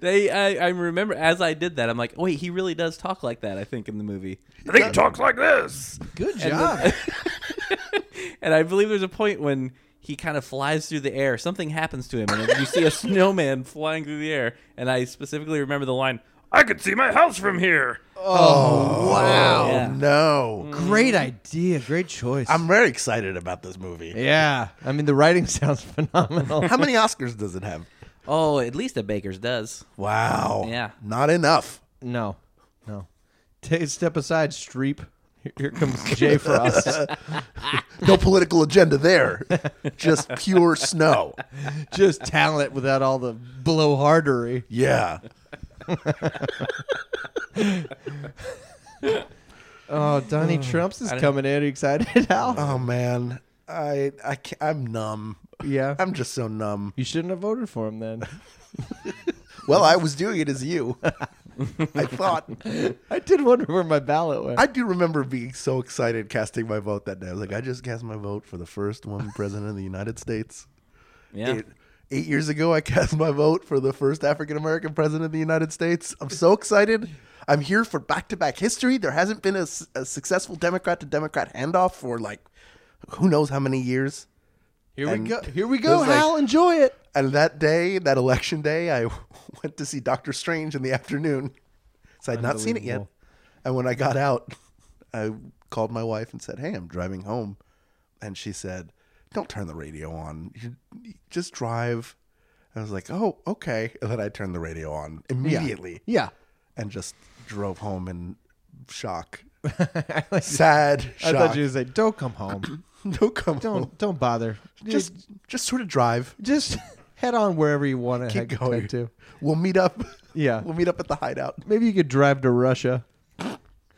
S2: They, I, I remember as I did that, I'm like, wait, he really does talk like that. I think in the movie,
S4: And he talks like this.
S3: Good job.
S2: and I believe there's a point when he kind of flies through the air. Something happens to him, and then you see a snowman flying through the air. And I specifically remember the line,
S5: I could see my house from here.
S4: Oh, Wow.
S2: Oh, Yeah.
S4: No.
S3: Great idea. Great choice.
S4: I'm very excited about this movie.
S3: yeah. I mean, the writing sounds phenomenal.
S4: How many Oscars does it have?
S2: "Oh, at least a baker's does."
S4: Wow.
S2: Yeah.
S4: Not enough.
S3: no, no. Take step aside, Streep. Here- Here comes Jay Frost.
S4: No political agenda there. Just pure snow.
S3: Just talent without all the blowhardery.
S4: Yeah.
S3: Oh, Donnie Trumps is coming in. Are you excited, Hal?
S4: Oh man, I I can't, I'm numb.
S3: yeah.
S4: I'm just so numb.
S3: you shouldn't have voted for him then.
S4: Well, I was doing it as you. I thought
S3: I did wonder where my ballot went.
S4: I do remember being so excited casting my vote that day. I was like, I just cast my vote for the first woman president of the United States.
S2: Yeah,
S4: Eight, eight years ago, I cast my vote for the first African American president of the United States. I'm so excited. I'm here for back to back history. There hasn't been a, s- a successful Democrat to Democrat handoff for like who knows how many years.
S3: here
S4: and-
S3: Here we
S4: it was like-
S3: Enjoy it.
S4: And that day, that election day, I went to see Doctor Strange in the afternoon. So I'd not seen it yet.
S3: Unbelievable.
S4: And when I got out, I called my wife and said, Hey, I'm driving home. And she said, Don't turn the radio on. You- you Just drive. I was like, Oh, okay. And then I turned the radio on immediately
S3: Yeah.
S4: and just drove home in shock. Sad
S3: I
S4: shock.
S3: thought you would say, "Don't come home.
S4: no, come home.
S3: Don't don't bother.
S4: Just, just sort of drive.
S3: just head on wherever you want to head
S4: Keep going.
S3: head to.
S4: We'll meet up.
S3: Yeah.
S4: We'll meet up at the hideout.
S3: Maybe you could drive to Russia.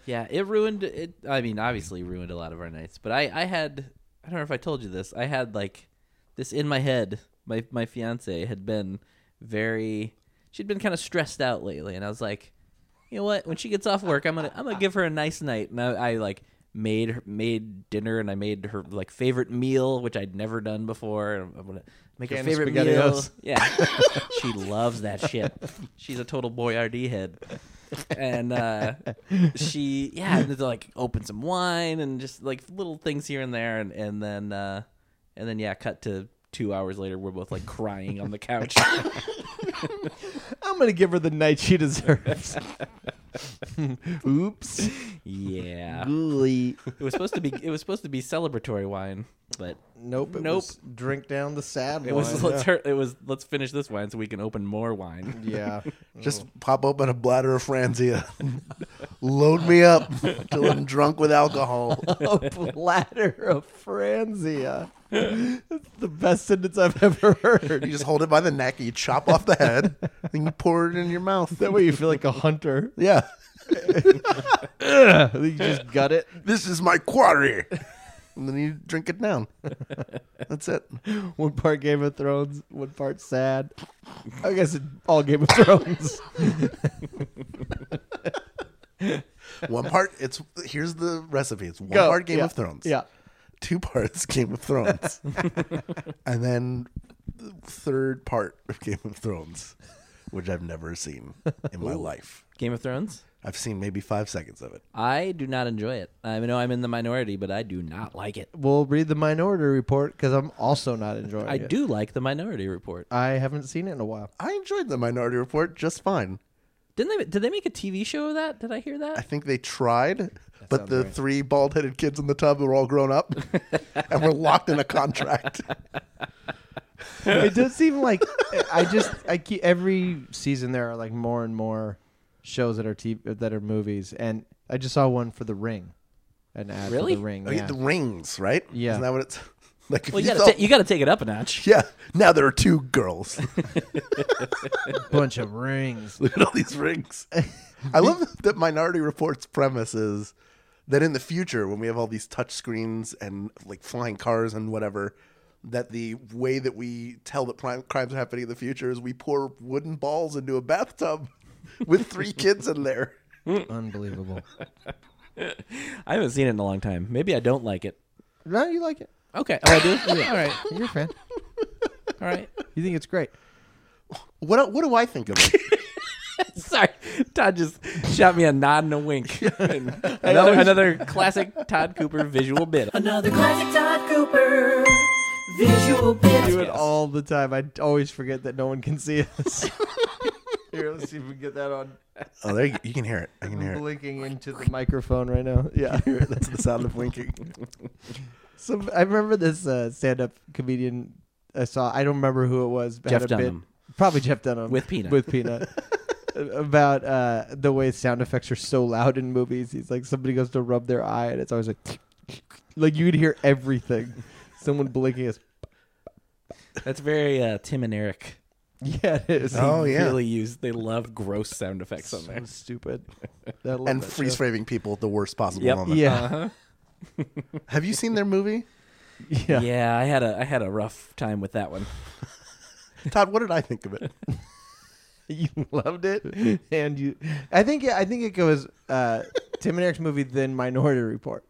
S2: Yeah, it ruined it. I mean, obviously ruined a lot of our nights. But I, I had, I don't know if I told you this. I had like this in my head. My my fiance had been very, she'd been kind of stressed out lately, and I was like, you know what? When she gets off work, I'm gonna I'm gonna give her a nice night. And I, I like made her, made dinner, and I made her like favorite meal, which I'd never done before. and I'm gonna make her
S3: Can of
S2: favorite meal.
S3: SpaghettiOs.
S2: Yeah, she loves that shit. She's a total Boyardee head. And uh, she, yeah, and it's like open some wine and just like little things here and there, and and then uh, and then yeah, cut to two hours later, we're both like crying on the couch.
S3: I'm gonna give her the night she deserves. Oops.
S2: yeah,
S3: Ooh.
S2: it was supposed to be it was supposed to be celebratory wine, but
S3: Nope.
S2: Nope.
S3: was drink down the sad
S2: It was let's hurt, it was let's finish this wine so we can open more wine.
S3: yeah.
S4: Just pop open a bladder of Franzia. Load me up till I'm drunk with alcohol.
S3: a bladder of Franzia. That's the best sentence I've ever
S4: You
S3: heard.
S4: just hold it by the neck, you chop off the head, then you pour it in your mouth.
S3: That way you feel like a hunter.
S4: Yeah.
S3: You just gut it.
S4: This is my quarry. And then you drink it down. That's it.
S3: One part Game of Thrones, one part sad. I guess it, all Game of Thrones.
S4: One part, it's here's the recipe. It's one
S3: Go.
S4: part Game
S3: Yeah.
S4: of Thrones.
S3: Yeah.
S4: Two parts Game of Thrones. and then the third part of Game of Thrones, which I've never seen in my life.
S2: Game of Thrones.
S4: I've seen maybe five seconds of it.
S2: I do not enjoy it. I know I'm in the minority, but I do not like it.
S3: We'll read the minority report because I'm also not enjoying
S2: I
S3: it.
S2: do like the Minority Report.
S3: I haven't seen it in a while.
S4: I enjoyed the Minority Report just fine.
S2: Didn't they? Did they make a TV show of that? Did I hear
S4: I
S2: that?
S4: think they tried, but the three bald headed kids in the tub were all grown up and were locked in a contract.
S3: it does seem like I just I keep every season there are like more and more shows that are TV, that are movies, and I just saw one for The Ring, an ad
S2: Really?
S3: for The Ring.
S4: Oh, yeah,
S3: yeah.
S4: the rings, right?
S3: Yeah.
S4: Isn't that what it's like? If
S2: Well, you
S4: you
S2: gotta
S4: thought-
S2: ta- you gotta take it up a notch.
S4: yeah, now there are two girls.
S3: bunch of rings.
S4: Look at all these rings. I love that Minority Report's premise is that in the future, when we have all these touch screens and like flying cars and whatever, that the way that we tell that prime crimes are happening in the future is we pour wooden balls into a bathtub with three kids in there.
S3: Unbelievable.
S2: I haven't seen it in a long time. Maybe I don't like it.
S3: no, you like it.
S2: Okay. Oh, I do. All right.
S3: You're a fan.
S2: All right.
S3: You think it's great.
S4: What what do I think of it?
S2: Sorry, Todd just shot me a nod and a wink. another another classic Todd Cooper visual bit.
S1: Another classic Todd Cooper visual bit.
S3: do it all the time. I always forget that no one can see us. Here, let's see if we can get that on.
S4: oh, there you, you can hear it. I can hear it.
S3: Blinking into the microphone right now. Yeah.
S4: Hear it. That's the sound of blinking.
S3: So I remember this uh, stand-up comedian I saw. I don't remember who it was. but
S2: Jeff
S3: had a bit-
S2: Dunham.
S3: probably Jeff Dunham
S2: With Peanut.
S3: With Peanut. About uh, the way sound effects are so loud in movies. He's like somebody goes to rub their eye and it's always like, like you could hear everything. Someone blinking is
S2: That's very uh, Tim and Eric.
S3: yeah it is
S4: Oh yeah.
S2: Really use they love gross sound effects on there.
S3: so stupid. I love
S4: And
S3: that show.
S4: freeze framing people at the worst possible
S2: Yep.
S4: moment.
S3: Yeah,
S2: Uh-huh.
S4: Have you seen their movie?
S3: yeah.
S2: Yeah, I had a I had a rough time with that one.
S4: Todd, what did I think of it?
S3: you loved it, and you. I think I think it goes uh, Tim and Eric's movie, then Minority Report.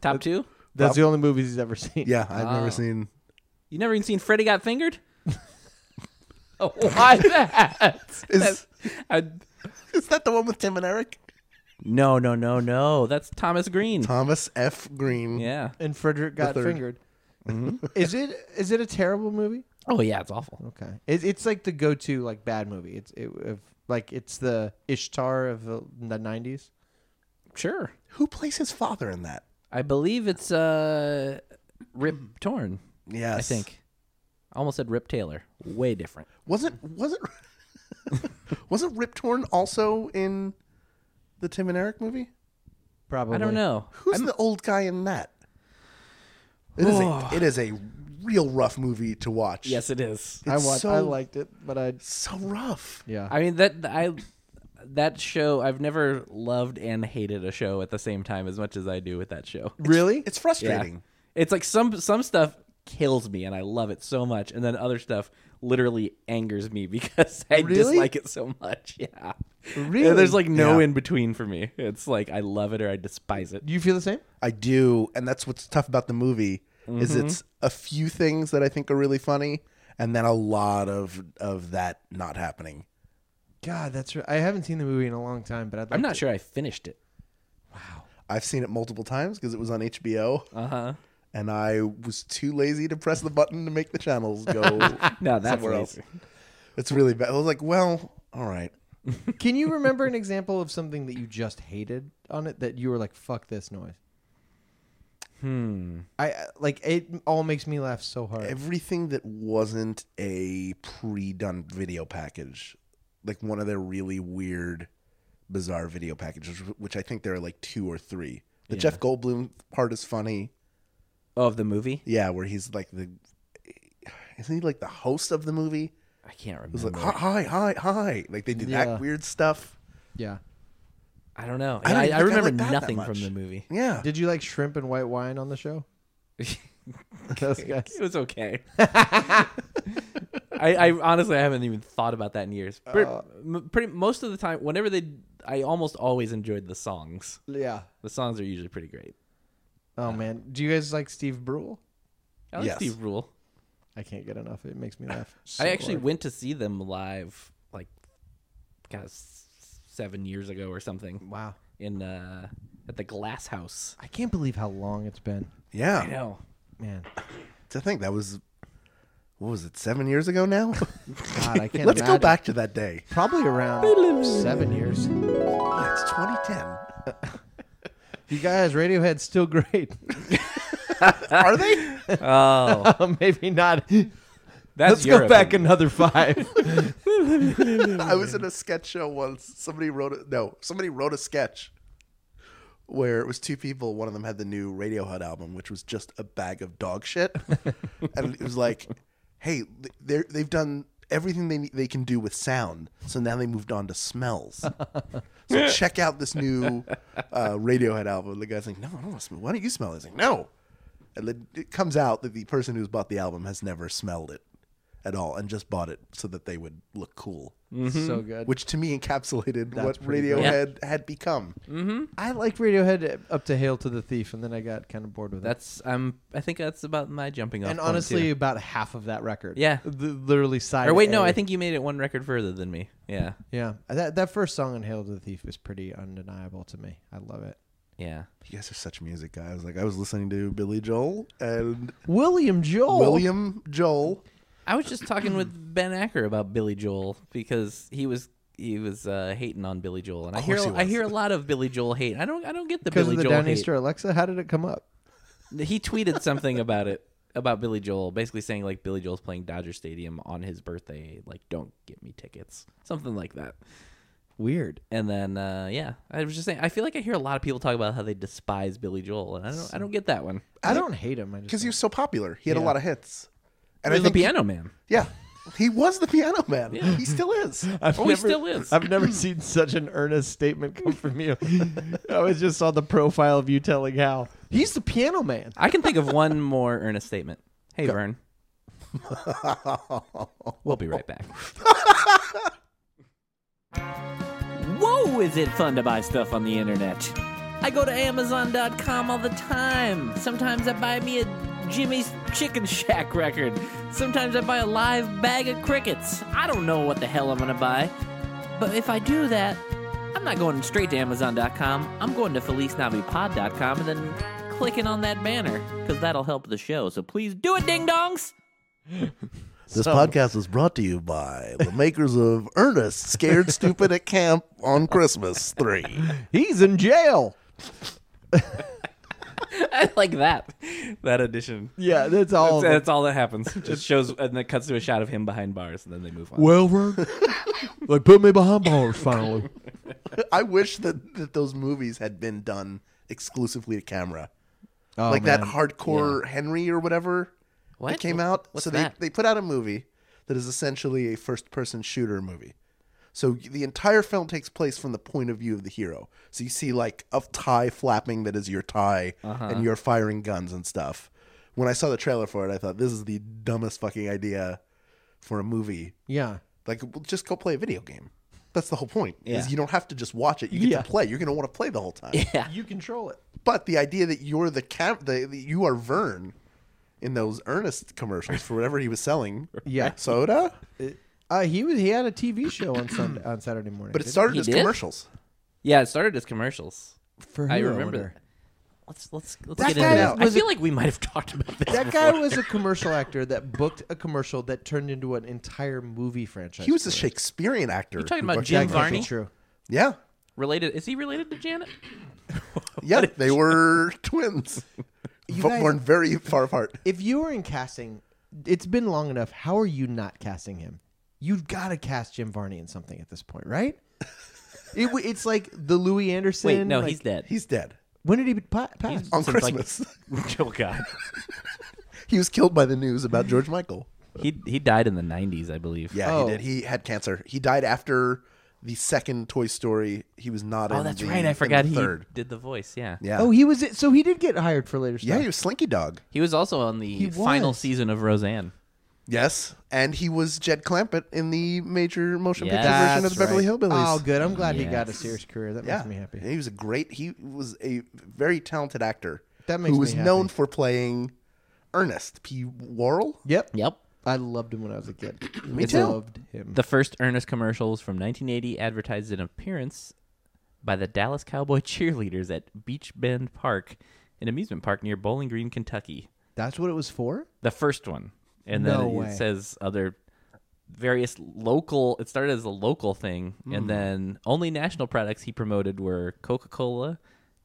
S2: Top two?
S3: That's the only movies he's ever seen.
S4: Yeah, I've
S2: Oh.
S4: never seen
S2: You never even seen Freddy Got Fingered? oh, why that?
S4: Is-
S2: I-
S4: Is that the one with Tim and Eric?
S2: no, no, no, no. That's Thomas Green.
S4: Thomas F. Green.
S2: yeah.
S3: and Frederick got
S4: third.
S3: fingered. is it is it a terrible movie?
S2: Oh yeah, it's awful.
S3: Okay, it, it's like the go to like bad movie. It's it of like it's the Ishtar of the the nineties.
S2: Sure.
S4: Who plays his father in that?
S2: I believe it's uh Rip Torn,
S4: Yes.
S2: I think. I almost said Rip Taylor. Way different.
S4: Wasn't wasn't wasn't Rip Torn also in the Tim and Eric movie?
S3: Probably
S2: I don't know.
S4: Who's the old guy in that? It is a, it is a real rough movie to watch.
S2: Yes, it is.
S3: I
S4: It's
S3: watched.
S4: so-
S3: I liked it, but I
S4: so rough.
S3: yeah.
S2: I mean that I that show I've never loved and hated a show at the same time as much as I do with that show.
S3: really?
S4: It's
S2: Yeah.
S4: frustrating.
S2: It's like some some stuff kills me and I love it so much and then other stuff literally angers me because I
S3: Really?
S2: dislike it so much. Yeah.
S3: Really?
S2: There's like no
S4: Yeah.
S2: in between for me. It's like I love it or I despise it.
S3: Do you feel the same?
S4: I do, and that's what's tough about the movie is
S2: Mm-hmm.
S4: it's a few things that I think are really funny, and then a lot of of that not happening.
S3: God, that's. Right. I haven't seen the movie in a long time, but I'd like
S2: I'm not
S3: to-
S2: sure I finished it.
S4: I've seen it multiple times because it was on HBO,
S2: Uh-huh.
S4: and I was too lazy to press the button to make the channels go
S2: No, that's
S4: somewhere else.
S2: lazy.
S4: It's really bad. I was like, well, all right.
S3: Can you remember an example of something that you just hated on it that you were like, "Fuck this noise"? Hmm. I I- like it. All makes me laugh so hard.
S4: Everything that wasn't a pre-done video package, like one of their really weird, bizarre video packages, which I think there are like two or three. The Jeff Goldblum part is funny.
S2: Oh, of the movie?
S4: Yeah, where he's like the isn't he like the host of the movie?
S2: I can't
S4: He's
S2: remember.
S4: like hi hi hi hi. Like they did
S3: Yeah.
S4: that weird stuff.
S3: yeah.
S2: I don't know.
S4: I don't
S2: I,
S4: even
S2: I
S4: think I
S2: remember
S4: like that that
S2: nothing from
S4: much.
S2: the movie.
S4: Yeah.
S3: Did you like shrimp and white wine on the show? Those guys.
S2: It was okay. I, I honestly I haven't even thought about that in years. Pre-
S4: Uh.
S2: m- pretty most of the time, whenever they, I almost always enjoyed the songs.
S3: Yeah.
S2: The songs are usually pretty great.
S3: Oh man, do you guys like Steve Brule?
S2: I like
S4: Yes.
S2: Steve Rule.
S3: I can't get enough. It makes me laugh.
S2: I actually
S3: win.
S2: went to see them live, like, God, s- seven years ago or something,
S3: wow.
S2: in uh, at the Glass House.
S3: I can't believe how long it's been.
S2: I
S4: Yeah.
S2: know.
S3: Man,
S4: To think that was what was it, seven years ago now?
S3: God, I can't.
S4: Let's go
S3: imagine.
S4: back to that day.
S3: Probably around seven years.
S4: Oh, it's twenty ten.
S3: You guys, Radiohead's still great.
S4: Are they?
S2: Oh,
S3: Uh, Maybe not.
S2: that's
S3: Let's
S2: your
S3: go back
S2: opinion.
S3: another five.
S4: I was in a sketch show once. Somebody wrote a no, somebody wrote a sketch where it was two people, one of them had the new Radiohead album, which was just a bag of dog shit. and it was like, hey, they they've done everything they they can do with sound. So now they moved on to smells. so check out this new uh, Radiohead album. The guy's like, no, I don't want to smell. Why don't you smell it? He's like, no. And then it comes out that the person who's bought the album has never smelled it at all and just bought it so that they would look cool
S3: So good.
S4: which to me encapsulated what
S3: pretty good.
S4: Radiohead had become.
S3: I liked Radiohead up to Hail to the Thief, and then I got kind of bored with it.
S2: That's I'm. I think that's about my jumping off.
S3: And
S2: point,
S3: honestly, uh,
S2: too.
S3: about half of that record.
S2: Yeah.
S3: Th- literally side.
S2: or wait, no,
S3: I
S2: I think you made it one record further than me. Yeah,
S3: Yeah, that that first song on Hail to the Thief is pretty undeniable to me. I love it.
S2: yeah.
S4: You guys are such music guys. Like I was listening to Billy Joel and
S3: William
S4: Oh.
S3: Joel.
S4: William Joel.
S2: I was just talking with Ben Acker about Billy Joel because he was he was uh, hating on Billy Joel, and I hear
S4: course he
S2: I
S4: was.
S2: hear a lot of Billy Joel hate. I don't I don't get the
S3: Because
S2: Billy
S3: of the
S2: Joel
S3: Down Easter Alexa, how did it come up?
S2: hate. He tweeted something about it about Billy Joel, basically saying like Billy Joel's playing Dodger Stadium on his birthday. Like, don't get me tickets, something like that. Weird. And then uh, yeah, I was just saying I feel like I hear a lot of people talk about how they despise Billy Joel, and I don't I don't get that one.
S3: I don't hate him. I just
S4: Because he was so popular. He had a
S3: Yeah.
S4: lot of hits. And
S2: He's the
S4: he-
S2: Piano Man.
S4: yeah. He was the piano man. He still is.
S3: I've
S2: Oh, he still is.
S3: I've never seen such an earnest statement come from you. I was just saw the profile of you telling how he's the piano man.
S2: I can think of one more earnest statement. Hey, Vern. we'll be right back.
S1: Whoa, is it fun to buy stuff on the internet? I go to Amazon.com all the time. Sometimes I buy me a Jimmy's Chicken Shack record. Sometimes I buy a live bag of crickets. I don't know what the hell I'm gonna buy. But if I do that, I'm not going straight to Amazon.com. I'm going to FeliceNaviPod.com and then clicking on that banner, because that'll help the show. So please do it, ding dongs!
S4: This podcast is brought to you by the makers of Ernest Scared Stupid at Camp on Christmas 3.
S3: He's in jail.
S2: I like that. That edition.
S3: Yeah, that's all.
S2: That's, that's all that happens. Just shows, and it cuts to a shot of him behind bars, and then they move on.
S3: well, Vern, they put me behind bars finally.
S4: I wish that, that those movies had been done exclusively to camera.
S3: Oh,
S4: like that
S3: man.
S4: hardcore Henry or whatever.
S2: What
S4: It came out.
S2: What's
S4: so
S2: that?
S4: they they put out a movie that is essentially a first person shooter movie. So the entire film takes place from the point of view of the hero. So you see like a tie flapping that is your tie,
S3: Uh-huh.
S4: and you're firing guns and stuff. When I saw the trailer for it, I thought this is the dumbest fucking idea for a movie.
S3: Yeah.
S4: Like, well, just go play a video game. That's the whole point.
S2: Yeah.
S4: Is you don't have to just watch it. You get
S3: Yeah.
S4: to play. You're gonna want to play the whole time.
S2: yeah.
S3: You control it.
S4: But the idea that you're the cam, the, the- you are Vern in those Ernest commercials for whatever he was selling.
S3: Yeah.
S4: soda.
S3: Uh, he was he had a TV show on Sunday, on Saturday morning.
S4: But it
S3: didn't
S4: started
S2: He
S4: as
S2: did?
S4: commercials.
S2: Yeah, it started as commercials.
S3: he? for
S2: I
S3: who,
S2: remember
S3: wonder?
S2: that. Let's let's let's
S3: That
S2: get
S3: guy
S2: into this. I
S3: was a-
S2: feel like we might have talked about this.
S3: That guy was a commercial actor that booked a commercial that turned into an entire movie franchise.
S4: He was a
S3: for it.
S4: Shakespearean actor.
S2: You talking
S4: who
S2: about
S4: worked-
S2: Jim
S3: That can't be
S2: Varney?
S3: True.
S4: Yeah,
S2: related. Is he related to Janet?
S4: yeah. They were twins, but
S3: guys-
S4: born very far apart.
S3: If you were in casting, it's been long enough. How are you not casting him? You've got to cast Jim Varney in something at this point, right? It, w- it's like the Louis Anderson.
S2: Wait, no,
S3: like-
S2: he's dead.
S4: He's dead
S3: When did he pa- pass?
S4: on
S2: Since, like-
S4: Christmas.
S2: oh god,
S4: he was killed by the news about George Michael.
S2: he he died in the '90s, I believe.
S4: Yeah,
S3: Oh.
S4: he did. He had cancer. He died after the second Toy Story. He was not.
S2: Oh,
S4: in
S2: that's
S4: the-
S2: right.
S4: in
S2: I
S4: the
S2: forgot he
S4: third.
S2: did the voice. Yeah.
S4: Yeah.
S3: Oh, he was it. So he did get hired for later stuff.
S4: yeah. He was Slinky Dog.
S2: He was also on the final
S3: was.
S2: season of Roseanne.
S4: Yes, and he was Jed Clampett in the major motion
S2: Yes.
S4: picture version
S3: That's
S4: of the Beverly
S3: right.
S4: Hillbillies.
S3: Oh, good. I'm glad he got a
S2: Yes.
S3: serious career. That
S4: Yeah,
S3: makes me happy.
S4: He was a great. He was a very talented actor.
S3: That makes
S4: who was
S3: me happy.
S4: known for playing Ernest P. Worrell.
S3: Yep.
S2: Yep.
S3: I loved him when I was a kid.
S4: Me
S3: I
S4: too.
S3: Loved him.
S2: The first Ernest commercial was from 1980, advertised an appearance by the Dallas Cowboy cheerleaders at Beach Bend Park, an amusement park near Bowling Green, Kentucky.
S3: That's what it was for.
S2: The first one, and
S3: No
S2: then it
S3: way.
S2: says other various local. It started as a local thing,
S3: Hmm.
S2: and then only national products he promoted were Coca Cola,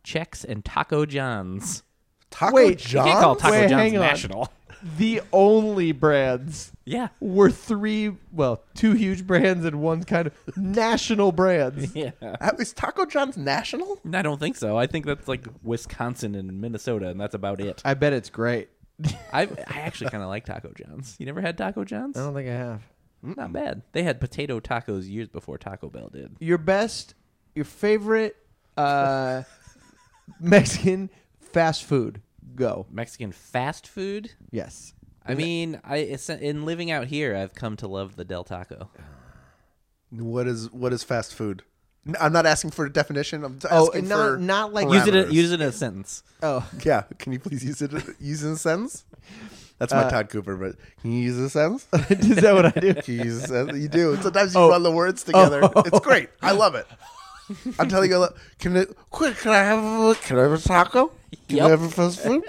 S2: Chex, and Taco John's.
S4: Taco
S3: Wait, you can't
S2: You
S4: John.
S2: can't call Taco
S3: Wait,
S2: John's
S3: hang on.
S2: national.
S3: The only brands
S2: Yeah.
S3: were three, well, two huge brands and one kind of national brands.
S2: Yeah.
S4: That- is Taco John's national?
S2: I don't think so. I think that's like Wisconsin and Minnesota, and that's about it.
S3: I bet it's great. I
S2: I, I actually kind of like Taco John's. You never had Taco John's?
S4: Oh,
S3: don't think I have.
S4: mm.
S2: Not bad. They had potato tacos years before Taco Bell did.
S3: Your best, your favorite uh, Mexican fast food. Go.
S2: Mexican fast food.
S3: Yes.
S2: I mean, I it's- in living out here, I've come to love the Del Taco.
S4: What is what is fast food? N- I'm not asking for a definition. I'm t-
S3: Oh,
S4: asking
S3: not-
S4: for
S3: not like-
S2: Use it.
S4: parameters.
S2: In, use it in a sentence.
S3: Oh,
S4: Yeah, can you please use it? Use it in a sentence. Uh, That's my Todd Cooper, but can you use it in a sentence?
S3: is that what I do?
S4: Can you use it in a sentence? Uh, You do. And sometimes
S2: Oh.
S4: you run the words together. It's great. I love it. I'm telling you, I lo- can I, quick? Can I have? A, can I have a taco? Can I
S2: Yep.
S4: have a fast food?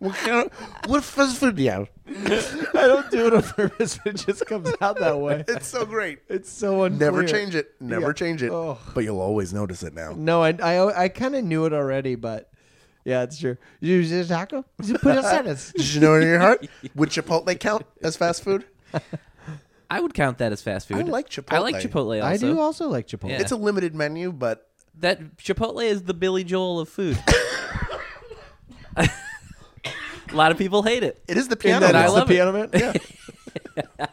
S4: What, kind of, what fast food do you have?
S3: I don't do it on purpose, but it just comes out that way.
S4: It's so great.
S3: It's so unclear.
S4: Never change it. Never
S3: Yeah.
S4: change it.
S3: Oh.
S4: But you'll always notice it now.
S3: No, I I, I kind of knew it already, but yeah, it's true. You just taco? You put a sentence.
S4: Did you know it in your heart? Would Chipotle count as fast food?
S2: I would count that as fast food.
S4: I like
S2: I like
S4: Chipotle.
S2: Chipotle. Also.
S3: I do also like Chipotle.
S2: Yeah.
S4: It's a limited menu, but
S2: That Chipotle is the Billy Joel of food. a lot of people hate it.
S4: it is the
S3: And
S4: piano.
S3: then
S2: I
S3: it's
S4: man.
S3: the
S2: love it.
S3: piano man. Yeah.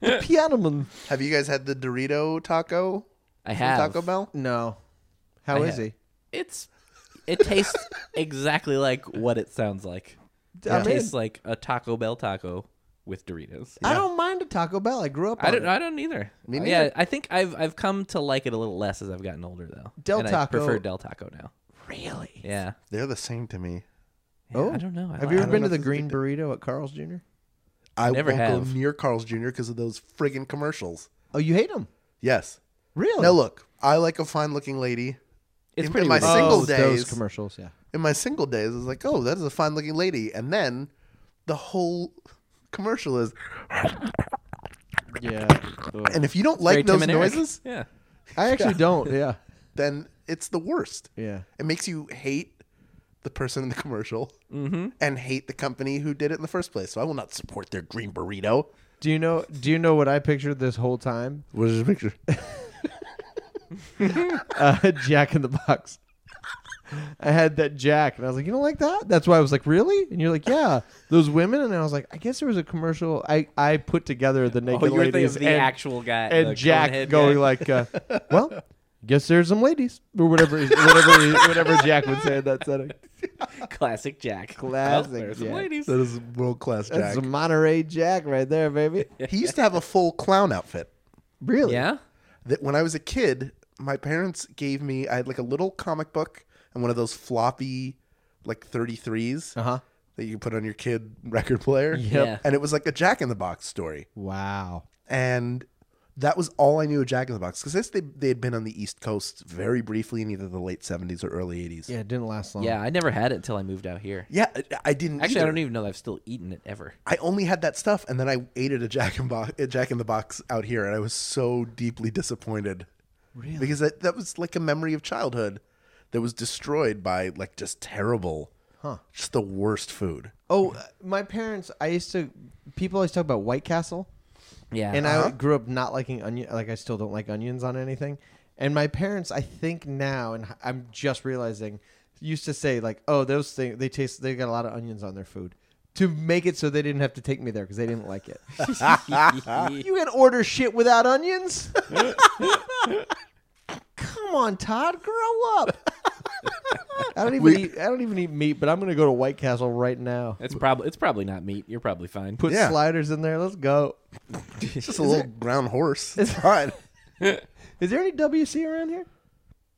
S3: the piano man.
S4: Have you guys had the Dorito taco?
S2: I
S4: from
S2: have
S4: Taco Bell.
S3: No. How
S2: I
S3: is
S2: ha-
S3: he?
S2: It's it tastes exactly like what it sounds like. It
S3: I'm in.
S2: tastes like a Taco Bell taco with Doritos.
S3: I don't mind a Taco Bell. I grew up.
S2: I
S3: on
S2: don't.
S3: it.
S2: I don't either.
S4: Me
S2: Uh,
S4: neither.
S2: Yeah, I think I've I've come to like it a little less as I've gotten older, though.
S3: Del
S2: And I
S3: Taco-
S2: prefer Del Taco now.
S3: Really?
S2: Yeah.
S4: They're the same to me.
S2: Yeah, I don't know. I
S3: Oh. have
S2: like-
S3: you
S2: I
S3: ever
S2: don't
S3: been
S4: know
S3: to the
S4: if this is
S3: Green Burrito at Carl's Jr.?
S4: I
S2: Never
S4: won't
S2: have.
S4: go near Carl's Jr. because of those friggin' commercials.
S3: Oh, you hate him?
S4: Yes.
S3: Really?
S4: Now look, I like a fine-looking lady.
S2: It's
S4: in,
S2: pretty
S4: in my
S2: weird.
S4: single
S3: oh,
S4: days.
S3: those commercials. Yeah.
S4: in my single days, I was like, oh, that is a fine-looking lady, and then the whole commercial is.
S3: Yeah.
S4: And if you don't
S2: Very
S4: like those
S2: Tim and Eric.
S4: noises,
S2: Yeah.
S3: I actually don't. Yeah.
S4: then it's the worst.
S3: Yeah.
S4: It makes you hate the person in the commercial
S2: Mm-hmm.
S4: and hate the company who did it in the first place. So I will not support their green burrito.
S3: Do you know? Do you know what I pictured this whole time?
S4: What is the picture?
S3: Uh, Jack in the Box. I had that jack, and I was like, "You don't like that?" That's why I was like, "Really?" And you're like, "Yeah, those women." And I was like, "I guess there was a commercial." I I put together the naked
S2: Oh, you were thinking
S3: ladies
S2: of the
S3: and,
S2: actual guy.
S3: and
S2: the
S3: Jack
S2: cone-head
S3: going
S2: guy.
S3: like, uh, "Well, guess there's some ladies or whatever he- whatever he- whatever Jack would say in that setting."
S2: classic Jack.
S3: Classic
S2: Well, Oh, there's some
S3: Jack.
S2: ladies.
S4: That is world class
S3: That's
S4: Jack.
S3: a Monterey Jack right there, baby.
S4: he used to have a full clown outfit.
S3: Really?
S2: Yeah.
S4: That when I was a kid, my parents gave me. I had like a little comic book and one of those floppy, like thirty threes
S2: Uh-huh.
S3: Uh huh.
S4: that you put on your kid record player.
S2: Yeah.
S4: And it was like a Jack in the Box story,
S3: Wow.
S4: and that was all I knew of Jack in the Box because they they had been on the East Coast very briefly in either the late seventies or early eighties.
S3: Yeah, it didn't last long.
S2: Yeah, I never had it until I moved out here.
S4: Yeah, I- I didn't.
S2: Actually, I
S4: either.
S2: don't even know that I've still eaten it ever.
S4: I only had that stuff, and then I ate at a Jack in, Bo- at Jack in the Box out here, and I was so deeply disappointed. Really? Because that, that was like a memory of childhood that was destroyed by like just terrible, huh? Just the worst food.
S3: Oh, uh, my parents. I used to. People always talk about White Castle.
S2: Yeah.
S3: and I grew up not liking onion. Like I still don't like onions on anything. And my parents, I think now, and I'm just realizing, used to say like, "Oh, those things they taste. They got a lot of onions on their food." To make it so they didn't have to take me there because they didn't like it. you can order shit without onions. Come on, Todd, grow up. I don't even eat, I don't even eat meat, but I'm gonna go to White Castle right now.
S2: it's probably it's probably not meat. You're probably fine.
S3: Put
S4: Yeah.
S3: sliders in there. Let's go.
S4: It's just a little brown horse. It's fine.
S3: Is there any WC around here?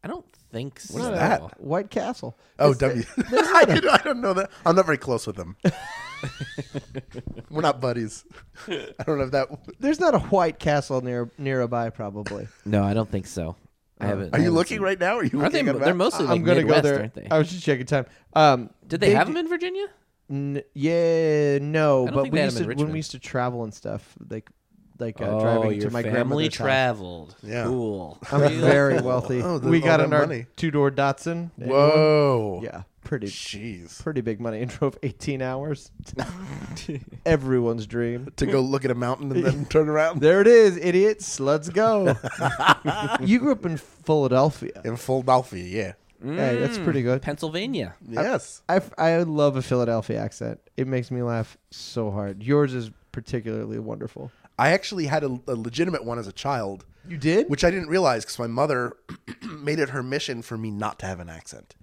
S2: I don't think so.
S4: is that?
S3: White Castle.
S4: Oh, W. I don't- I don't know that. I'm not very close with them. We're not buddies. I don't know if that.
S3: There's not a White Castle near nearby, probably.
S2: No, I don't think so. I haven't.
S4: Are you looking right now? Or are you
S2: Aren't Uh, they?
S4: looking at a
S2: They're
S4: map?
S2: mostly like
S3: I'm gonna
S2: Midwest,
S3: go there. Uh,
S2: aren't they?
S3: I was just checking time. Um,
S2: Did they, have them in Virginia?
S3: N- yeah, no,
S2: don't
S3: but
S2: think
S3: we
S2: they had
S3: used
S2: them
S3: to,
S2: in
S3: when
S2: Richmond. Oh,
S3: we used to travel and stuff, like like uh, driving to my
S2: family
S3: grandmother's house.
S2: traveled.
S4: Yeah.
S2: Cool.
S3: I'm very wealthy.
S4: Oh, the-
S3: we
S4: all
S3: got
S4: that
S3: in our
S4: money.
S3: two door Datsun. Anyone?
S4: Whoa.
S3: Yeah, pretty
S4: Jeez.
S3: pretty big money. And drove 18 hours. Everyone's dream.
S4: To go look at a mountain and then turn around
S3: There it is, idiots. Let's go. you grew up in Philadelphia.
S4: in Philadelphia. Yeah.
S3: Hey, that's pretty good.
S2: Pennsylvania.
S4: Mm. Yes.
S3: I, I love a Philadelphia accent. It makes me laugh so hard. Yours is particularly wonderful.
S4: I actually had a, a legitimate one as a child,
S3: You did?
S4: which I didn't realize because my mother made it her mission for me not to have an accent.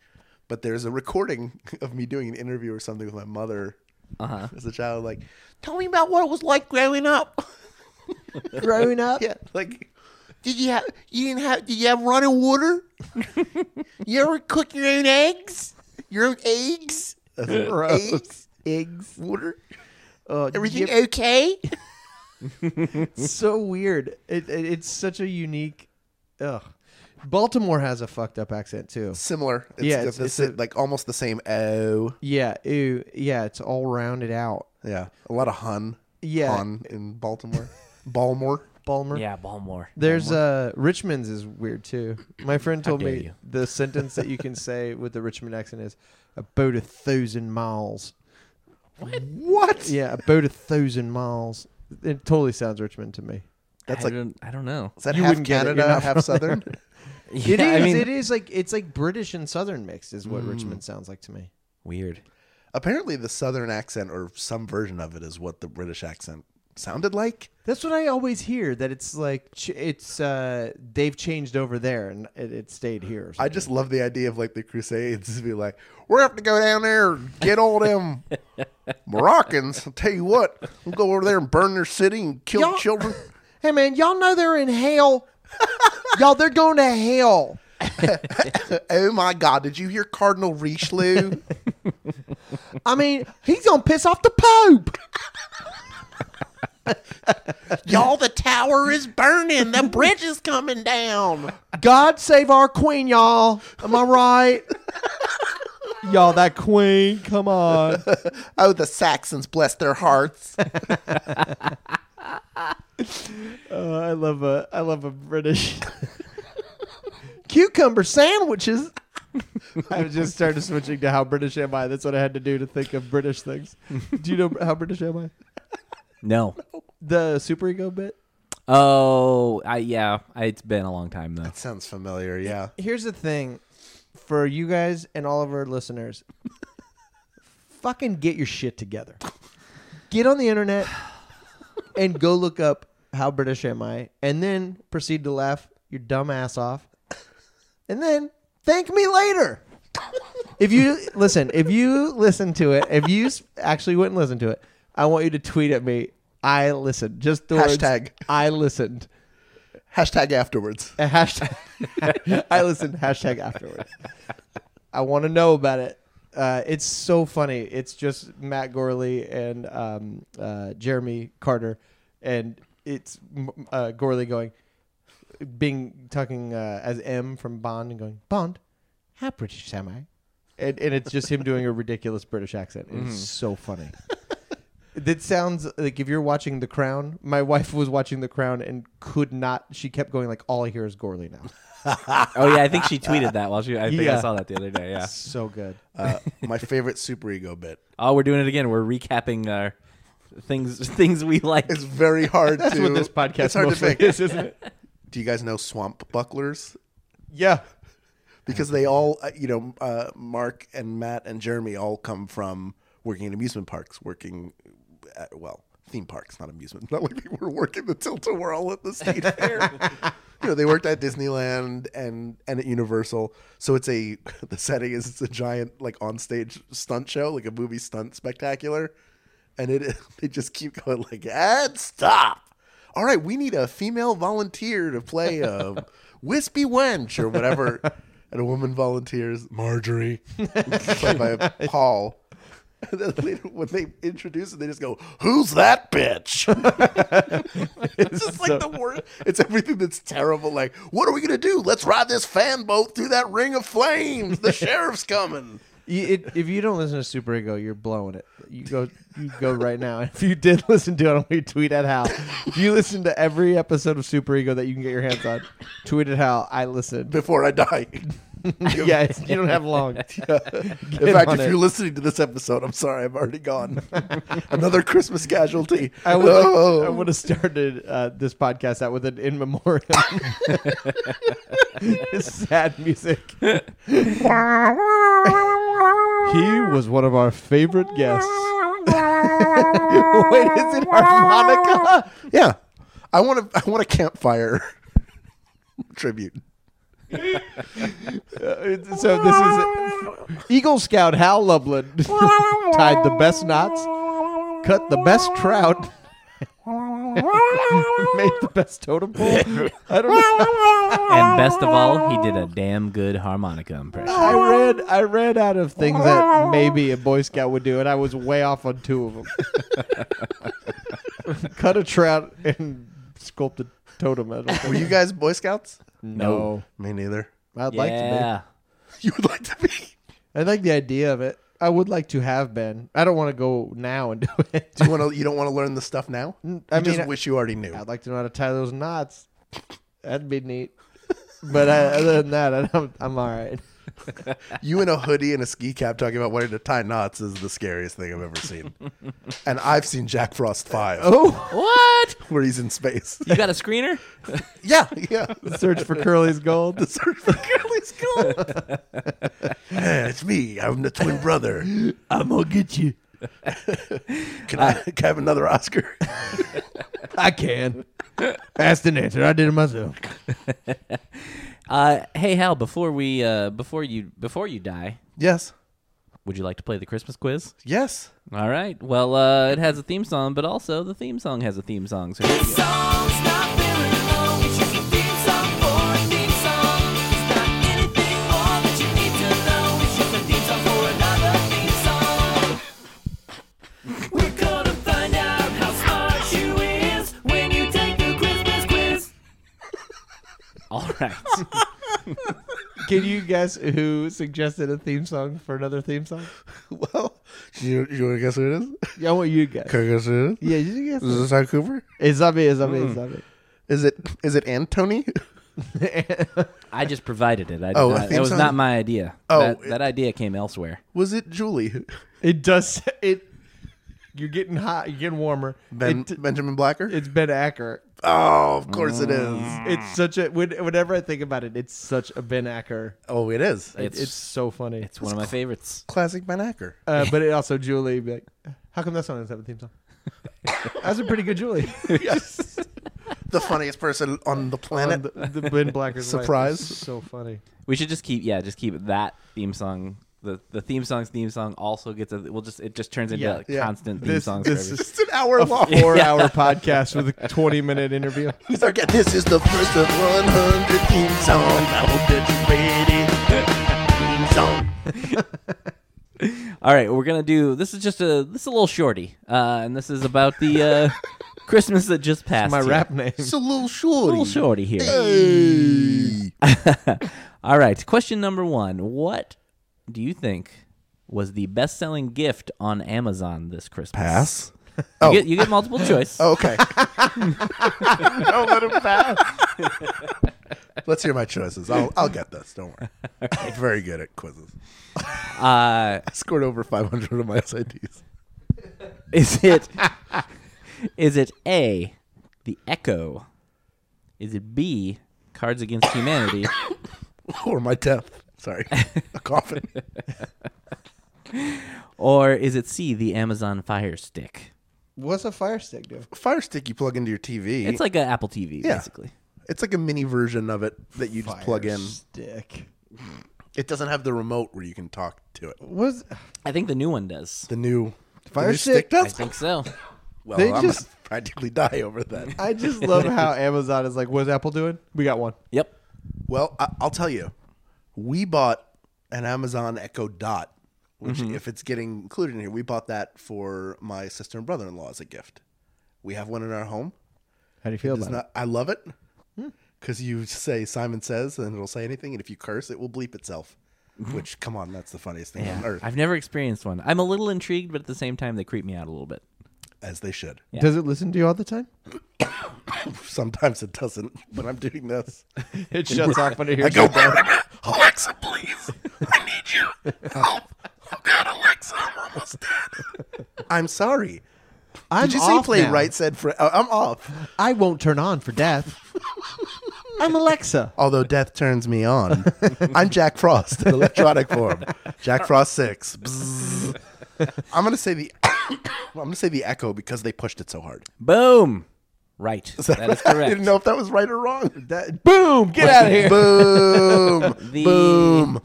S4: But there's a recording of me doing an interview or something with my mother
S3: Uh-huh.
S4: as a child, like, tell me about what it was like growing up.
S3: growing up?
S4: yeah, like, did you have you didn't have did you have running water? you ever cook your own eggs? Your own eggs?
S3: Gross.
S4: Eggs?
S3: Eggs.
S4: Water?
S3: Oh,
S4: Everything
S3: yep,
S4: okay?
S3: it's so weird. It, it, it's such a unique. Ugh. Baltimore has a fucked up accent too.
S4: Similar. It's,
S3: Yeah,
S4: got
S3: it's-
S4: the
S3: it's
S4: si-
S3: a-
S4: like almost the same O.
S3: Yeah. Ew. Yeah. It's all rounded out.
S4: Yeah, a lot of Hun.
S3: Yeah.
S4: Hun in Baltimore, Baltimore.
S3: Balmer.
S2: Yeah, Baltimore.
S3: There's uh Richmond's is weird too. My friend told
S2: dare
S3: me
S2: you.
S3: the sentence that you can say with the Richmond accent is about a thousand miles.
S4: What?
S3: Yeah, about a thousand miles. It totally sounds Richmond to me.
S4: That's
S2: I
S4: like
S2: don't, I don't know.
S4: is that
S3: You
S4: half
S3: wouldn't get it. You're
S4: Canada,
S3: not
S4: half Southern?
S3: It is.
S2: Yeah, I mean-
S3: it is like it's like British and Southern mixed is what Richmond sounds like to me.
S2: Weird.
S4: Apparently, the Southern accent or some version of it is what the British accent sounded like.
S3: That's what I always hear. That it's like ch- it's uh they've changed over there and it, it stayed here. or
S4: I
S3: something.
S4: just love the idea of like the Crusades to be like, we're have to go down there and get all them Moroccans. I'll tell you what, we'll go over there and burn their city and kill
S3: Y'all-
S4: children.
S3: hey man, y'all know they're in hell. y'all, they're going to hell.
S4: oh my God! Did you hear Cardinal Richelieu?
S3: I mean, he's gonna piss off the Pope.
S4: Y'all, the tower is burning. The bridge is coming down.
S3: God save our queen, y'all. Am I right? y'all, that queen. Come on.
S4: Oh, the Saxons bless their hearts.
S3: Uh, I love a I love a British cucumber sandwiches. I was just started switching to how British am I. That's what I had to do to think of British things. Do you know how British am I?
S2: No.
S3: The super ego bit.
S2: Oh, I yeah. I, it's been a long time though.
S4: Sounds familiar, yeah.
S3: Here's the thing. for you guys and all of our listeners, fucking get your shit together. Get on the internet and go look up how British am I, and then proceed to laugh your dumb ass off, and then thank me later. If you listen, if you listen to it, if you s- actually went and listened to it, I want you to tweet at me. I listened. Just the words,
S4: Hashtag.
S3: I listened.
S4: Hashtag afterwards.
S3: A hashtag. I listened. Hashtag afterwards. I want to know about it. Uh, it's so funny. It's just Matt Gorley and um, uh, Jeremy Carter, and it's m- uh, Gorley going, being talking uh, as M from Bond and going Bond, how British am I? And, and it's just him doing a ridiculous British accent. It's so funny. That sounds like if you're watching The Crown. My wife was watching The Crown and could not. She kept going like, "All I hear is Gorley now."
S2: Oh yeah, I think she tweeted that while she. I think
S3: Yeah.
S2: I saw that the other day. Yeah.
S3: so good.
S4: Uh, my favorite superego bit.
S2: Oh, we're doing it again. We're recapping our things things we like.
S4: It's very hard
S3: That's
S4: to.
S3: what this podcast
S4: it's hard to
S3: mostly
S4: pick.
S3: is, isn't it?
S4: Do you guys know swamp bucklers?
S3: Yeah.
S4: Because they all, uh, you know, uh, Mark and Matt and Jeremy all come from working in amusement parks, working at, well, theme parks, not amusement. Not like they were working the tilt a whirl at the state fair. you know, they worked at Disneyland and and at Universal. So it's a the setting is it's a giant like on stage stunt show, like a movie stunt spectacular, and it they just keep going like, and stop. All right, we need a female volunteer to play a wispy wench or whatever. And a woman volunteers, Marjorie, played by Paul. And then later, when they introduce it, they just go, "Who's that bitch?" it's just like the worst. It's everything that's terrible. Like, what are we gonna do? Let's ride this fan boat through that ring of flames. The sheriff's coming.
S3: You, it, if you don't listen to Super Ego, you're blowing it. You go, you go right now. And if you did listen to it, I want you to tweet at Hal. If you listen to every episode of Super Ego that you can get your hands on, tweet at Hal. I listened.
S4: Before I die.
S3: yeah, it's, you don't have long.
S4: In fact,
S3: on
S4: if
S3: it.
S4: you're listening to this episode, I'm sorry, I'm already gone. Another Christmas casualty.
S3: I would,
S4: Oh.
S3: I would have started uh, this podcast out with an in memoriam. Sad music. he was one of our favorite guests. Wait, is it harmonica?
S4: yeah, I want to. I want a campfire tribute.
S3: Uh, So this is Eagle Scout Hal Lublin tied the best knots, cut the best trout, made the best totem pole. I don't know.
S2: and best of all, he did a damn good harmonica
S4: Oh,
S2: impression.
S3: I read I read out of things that maybe a Boy Scout would do, and I was way off on two of them. Cut a trout and sculpt a totem. I don't
S4: Were
S3: think.
S4: you guys Boy Scouts?
S3: No,
S4: Me neither.
S3: I'd like to.
S2: Yeah.
S4: You would like to be.
S3: Be. I like the idea of it. I would like to have been. I don't want to go now and do it.
S4: Do you want to? You don't want to learn the stuff now.
S3: I
S4: you
S3: mean,
S4: just
S3: I-
S4: wish you already knew.
S3: I'd like to know how to tie those knots. That'd be neat. But I, other than that, I don't, I'm all right.
S4: You in a hoodie and a ski cap talking about wanting to tie knots is the scariest thing I've ever seen. and I've seen Jack Frost Five,
S3: Oh,
S2: What?
S4: where he's in space.
S2: You got a screener?
S4: yeah, yeah.
S3: search for Curly's gold.
S4: Search for Curly's gold. Hey, it's me. I'm the twin brother. I'm gonna get you. can, I, can I have another Oscar?
S3: I can. Asked and answered. I did it myself.
S2: Uh, hey Hal, before we uh, before you before you die,
S4: yes,
S2: would you like to play the Christmas quiz?
S4: yes.
S2: All right. Well, uh, it has a theme song, but also the theme song has a theme song. So here we go.
S1: song's not feeling alone. It's just a theme song for a theme song. It's not anything more that you need to know. It's just a theme song for another theme song. We're gonna find out how smart you is when you take the Christmas quiz.
S2: All right.
S3: Can you guess who suggested a theme song for another theme song?
S4: Well, you, you want to guess who it is?
S3: Yeah, I want you to guess.
S4: Can I guess who it is?
S3: Yeah, you guess.
S4: Is
S3: it.
S4: this Zach Cooper?
S3: It's not me. It's not me. It's not me.
S4: Is it is it Antony?
S2: I just provided it. I did
S4: Oh, a
S2: not,
S4: theme
S2: that was
S4: song?
S2: not my idea.
S4: Oh,
S2: that,
S4: it-
S2: that idea came elsewhere.
S4: Was it Julie?
S3: It does. It. You're getting hot. You're getting warmer.
S4: Ben
S3: It-
S4: Benjamin Blacker?
S3: it's Ben Acker.
S4: Oh, of course it is.
S3: It's such a when, whenever I think about it, it's such a Ben Acker.
S4: Oh, it is.
S3: It's, so funny.
S2: It's one of my favorites.
S4: classic Ben Acker.
S3: uh, but it also Julie be like, how come that's not on his theme song? that's a pretty good Julie.
S4: The funniest person on the planet.
S3: On the, the Ben Blacker's wife.
S4: Surprise.
S3: It's So funny.
S2: We should just keep yeah, just keep that theme song. The the theme song's theme song also gets a we'll just it just turns into
S3: Yeah,
S2: a
S4: yeah.
S2: constant theme
S3: This,
S2: song.
S3: this
S2: forever.
S3: is
S4: it's an hour long.
S3: four hour podcast with a 20 minute interview.
S4: He's like, this is the first of 100 theme song. I hope that you ready. Theme song.
S2: All right, we're gonna do this is just a this is a little shorty, uh, and this is about the uh, Christmas that just passed.
S3: My
S2: here.
S3: rap name.
S4: It's a little shorty.
S2: little shorty here.
S4: Hey.
S2: All right, question number one: What do you think was the best-selling gift on Amazon this Christmas?
S4: Pass.
S2: You, get, you get multiple choice.
S4: Oh, okay. Don't let him pass. Let's hear my choices. I'll, I'll get this. Don't worry. I'm very good at quizzes.
S2: Uh,
S4: I scored over 500 on my SATs.
S2: Is it is it A the Echo? Is it B Cards Against Humanity?
S4: Or my death. Sorry. A coffin.
S2: or is it C the Amazon Fire Stick?
S3: What's a fire stick do?
S4: Fire stick you plug into your TV.
S2: It's like an Apple TV
S4: Yeah.
S2: basically.
S4: It's like a mini version of it that you just plug in.
S3: Stick.
S4: It doesn't have the remote where you can talk to it.
S3: Was
S2: I think the new one does.
S4: The new
S3: Fire
S4: the new
S3: stick?
S2: I
S4: does.
S2: think so.
S4: well,
S3: They
S4: I'm
S3: just-
S4: practically die over that.
S3: I just love how Amazon is like, what's Apple doing? We got one.
S2: Yep.
S4: well, I, I'll tell you, we bought an Amazon Echo Dot, which if it's getting included in here, we bought that for my sister and brother-in-law as a gift. We have one in our home.
S3: How do you feel
S4: It's
S3: about
S4: not. I love it
S3: Hmm.
S4: because you say Simon says, and it'll say anything, and if you curse, it will bleep itself. Which, come on, that's the funniest thing on earth,
S2: I've never experienced one. I'm a little intrigued, but at the same time they creep me out a little bit.
S4: as they should.
S3: it? Does it listen to you all the time?
S4: Sometimes it doesn't, but I'm doing this.
S3: It shuts off when it hears
S4: I go, Alexa, Alexa, please. I need you. Help. Oh, God, Alexa, I'm almost dead. I'm sorry.
S3: I'm
S4: Did you see
S3: off
S4: play
S3: now.
S4: right said Fred? Oh, I'm off.
S3: I won't turn on for death. I'm Alexa.
S4: Although death turns me on. I'm Jack Frost in electronic form. Jack Frost 6. Bzzz. I'm going to say the I'm going to say the echo because they pushed it so hard.
S2: Boom. Right. that is
S4: I
S2: correct.
S4: didn't know if that was right or wrong.
S3: That, boom! Get out of here.
S4: Boom.
S2: The
S4: Boom.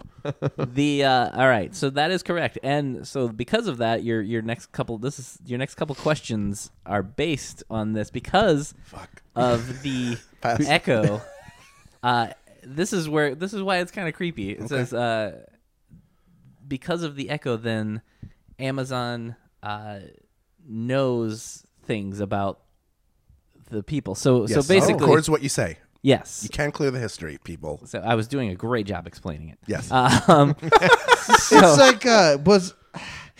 S2: the uh, all right, so that is correct, and so because of that, your your next couple this is your next couple questions are based on this because of the
S4: Pass.
S2: echo. Uh, this is where this is why it's kind of creepy. It says uh, because of the echo, then Amazon uh, knows things about the people. So so
S4: Yes. Oh,
S2: basically,
S4: records what you say.
S2: yes.
S4: You can't clear the history, people.
S2: So I was doing a great job explaining it.
S4: Yes.
S2: Um,
S3: It's like uh, was.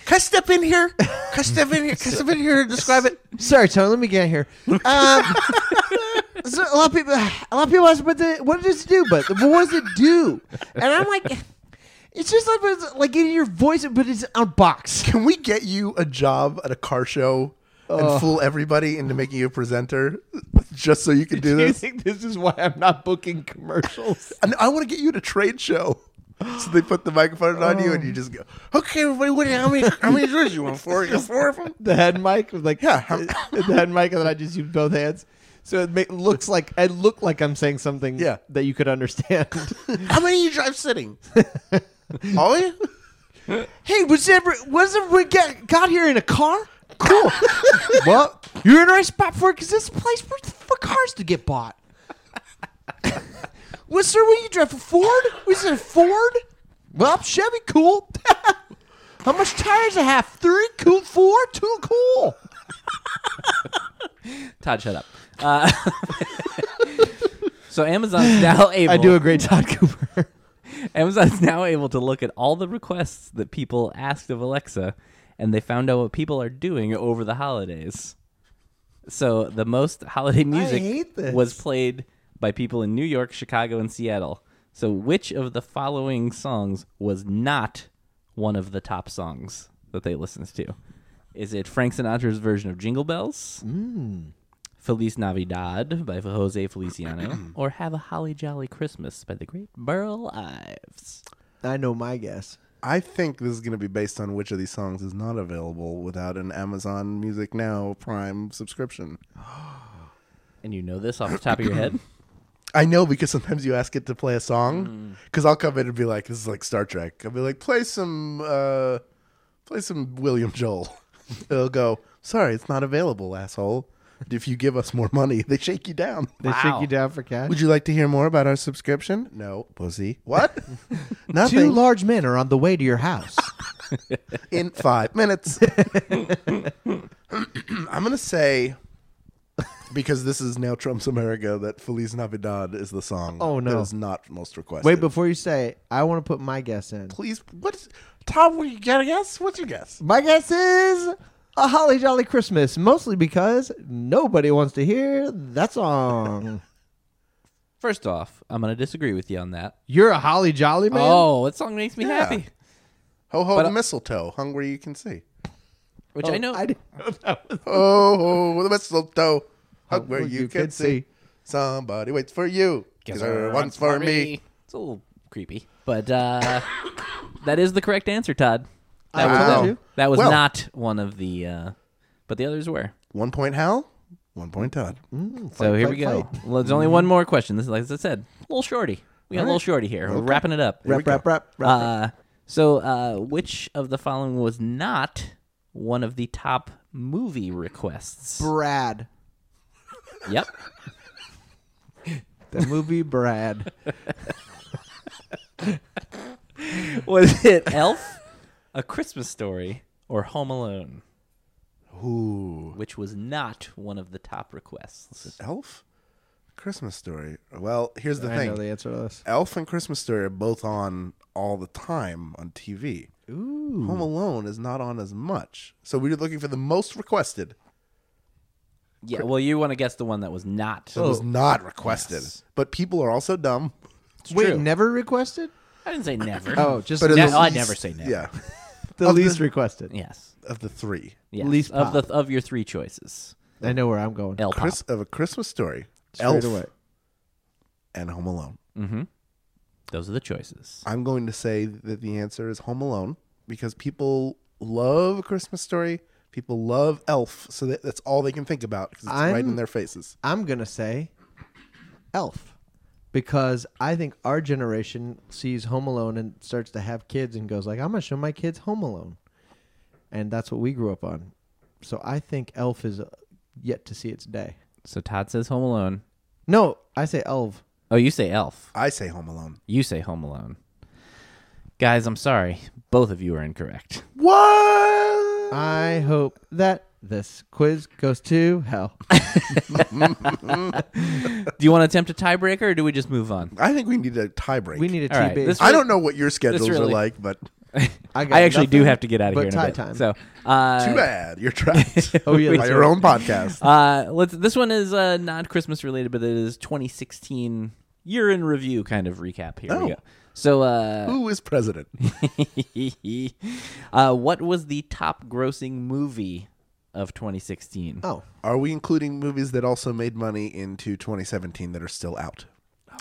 S4: Can I step in here? Can I step in here? Can I step in here and describe it?
S3: Sorry, Tony. Let me get here. Um, so a lot of people, a lot of people ask, but the, what does it do? But what does it do? And I'm like, it's just like it's like in your voice, but it's on box.
S4: Can we get you a job at a car show and fool everybody into making you a presenter just so you can do this?
S3: think this is why I'm not booking commercials?
S4: And I want to get you at a trade show. So they put the microphone on you and you just go, okay, everybody, what, how many how many drinks you want? Four, you got four of them?
S3: the head mic was like
S4: Yeah.
S3: the head mic, and then I just used both hands. So it ma- looks like I look like I'm saying something
S4: Yeah.
S3: that you could understand.
S4: How many you drive sitting? All you?
S3: hey, was ever was ever we got, got here in a car? Cool. well, you're in the right spot for it because this is a place for, for cars to get bought. well, sir, what do you drive? A Ford? Was it a Ford? Well, Chevy, cool. How much tires I have? Three, cool. Four, two, cool.
S2: Todd, shut up. Uh, so Amazon's now able.
S3: I do a great Todd Cooper.
S2: Amazon's now able to look at all the requests that people asked of Alexa, and they found out what people are doing over the holidays. So the most holiday music
S3: hate this.
S2: was played by people in New York, Chicago, and Seattle. So which of the following songs was not one of the top songs that they listened to? Is it Frank Sinatra's version of Jingle Bells? Feliz Navidad by Jose Feliciano, or Have a Holly Jolly Christmas by the great Burl Ives.
S3: I know my guess.
S4: I think this is going to be based on which of these songs is not available without an Amazon Music Now Prime subscription.
S2: And you know this off the top of your head?
S4: I know because sometimes you ask it to play a song
S3: Mm.
S4: because I'll come in and be like, "This is like Star Trek." I'll be like, "Play some, uh, play some William Joel." It'll go, "Sorry, it's not available, asshole." If you give us more money, they shake you down.
S3: They
S2: Wow.
S3: shake you down for cash.
S4: Would you like to hear more about our subscription? No, pussy. What? Nothing.
S3: Two large men are on the way to your house.
S4: in five minutes. I'm gonna say because this is now Trump's America that Feliz Navidad is the song.
S3: Oh, no.
S4: that is not most requested.
S3: Wait, before you say, it, I want to put my guess in.
S4: please, what? Tom, what you got a guess? What's your guess?
S3: My guess is a holly jolly Christmas, mostly because nobody wants to hear that song.
S2: First off, I'm going to disagree with you on that.
S3: You're a holly jolly man.
S2: Oh, that song makes me happy.
S4: Ho ho
S2: But, uh,
S4: the mistletoe, hung where you can see.
S2: Which I know.
S3: Oh, I didn't know that was
S4: Oh ho the mistletoe, hung where
S3: Well,
S4: you, can, see. Somebody waits for you. Cause there once for me.
S2: It's a little creepy, but uh, that is the correct answer, Todd. That
S3: I
S2: was,
S3: told
S2: that,
S3: you.
S2: that was
S4: Well-
S2: not one of the, uh, but the others were.
S4: One point Hal, one point Todd.
S2: so here
S3: fight, Mm-hmm.
S2: we go. Well, there's only one more question. This is like I said, a little shorty. We got a little shorty here. We're wrapping it up.
S3: Rap, rap, rap, rap.
S2: Uh, so, uh, which of the following was not one of the top movie requests?
S3: Brad.
S2: yep.
S3: The movie Brad.
S2: Was it Elf, A Christmas Story, or Home Alone?
S4: Ooh,
S2: Which was not one of the top requests.
S4: Elf, Christmas story. Well, here's the
S3: I
S4: thing.
S3: know the answer to this.
S4: Elf and Christmas Story are both on all the time on TV. Ooh. Home Alone is not on as much. So we were looking for the most requested.
S2: Yeah. Well, you want to guess the one that was not.
S4: It was not requested. But people are also dumb.
S3: Wait,
S2: true.
S3: never requested?
S2: I didn't say never.
S3: Oh, just
S4: But in
S2: Ne-
S4: the
S2: oh, I
S4: least-
S2: never say never.
S4: Yeah.
S3: the least requested.
S2: Yes.
S4: Of the three.
S2: Yes.
S3: Least
S2: of the of your three choices.
S3: I know where I'm going.
S2: Elf.
S4: Chris of a Christmas Story.
S3: Straight
S4: Elf
S3: away.
S4: and Home Alone.
S2: Those are the choices.
S4: I'm going to say that the answer is Home Alone because people love A Christmas Story. People love Elf, so that, that's all they can think about because it's right
S3: I'm-
S4: in their faces.
S3: I'm gonna say Elf. Because I think our generation sees Home Alone and starts to have kids and goes like, I'm gonna show my kids Home Alone. And that's what we grew up on. So I think Elf is uh, yet to see its day.
S2: So Todd says Home Alone.
S3: No, I say Elf.
S2: Oh, you say Elf.
S4: I say Home Alone.
S2: You say Home Alone. Guys, I'm sorry. Both of you are incorrect.
S4: What?
S3: I hope that this quiz goes to hell.
S2: Do you want to attempt a tiebreaker, or do we just move on?
S4: I think we need a tiebreak.
S3: We need a
S2: All right,
S3: TB.
S2: this-
S4: I don't know what your schedules are
S2: really-
S4: like, but too
S3: got
S2: I actually do
S3: nothing
S2: have to get out of
S3: but
S2: here in a
S3: tie
S2: bit.
S3: time.
S2: So, uh,
S4: bad. You're trapped
S3: Oh yeah,
S4: by
S3: that's
S4: your
S3: right.
S4: own podcast.
S2: Uh, let's. This one is uh, not Christmas related, but it is 2016 year in review kind of recap. Here we
S4: Oh.
S2: go. So, uh,
S4: Who is president?
S2: uh, what was the top grossing movie of 2016?
S3: Oh,
S4: Are we including movies that also made money into 2017 that are still out?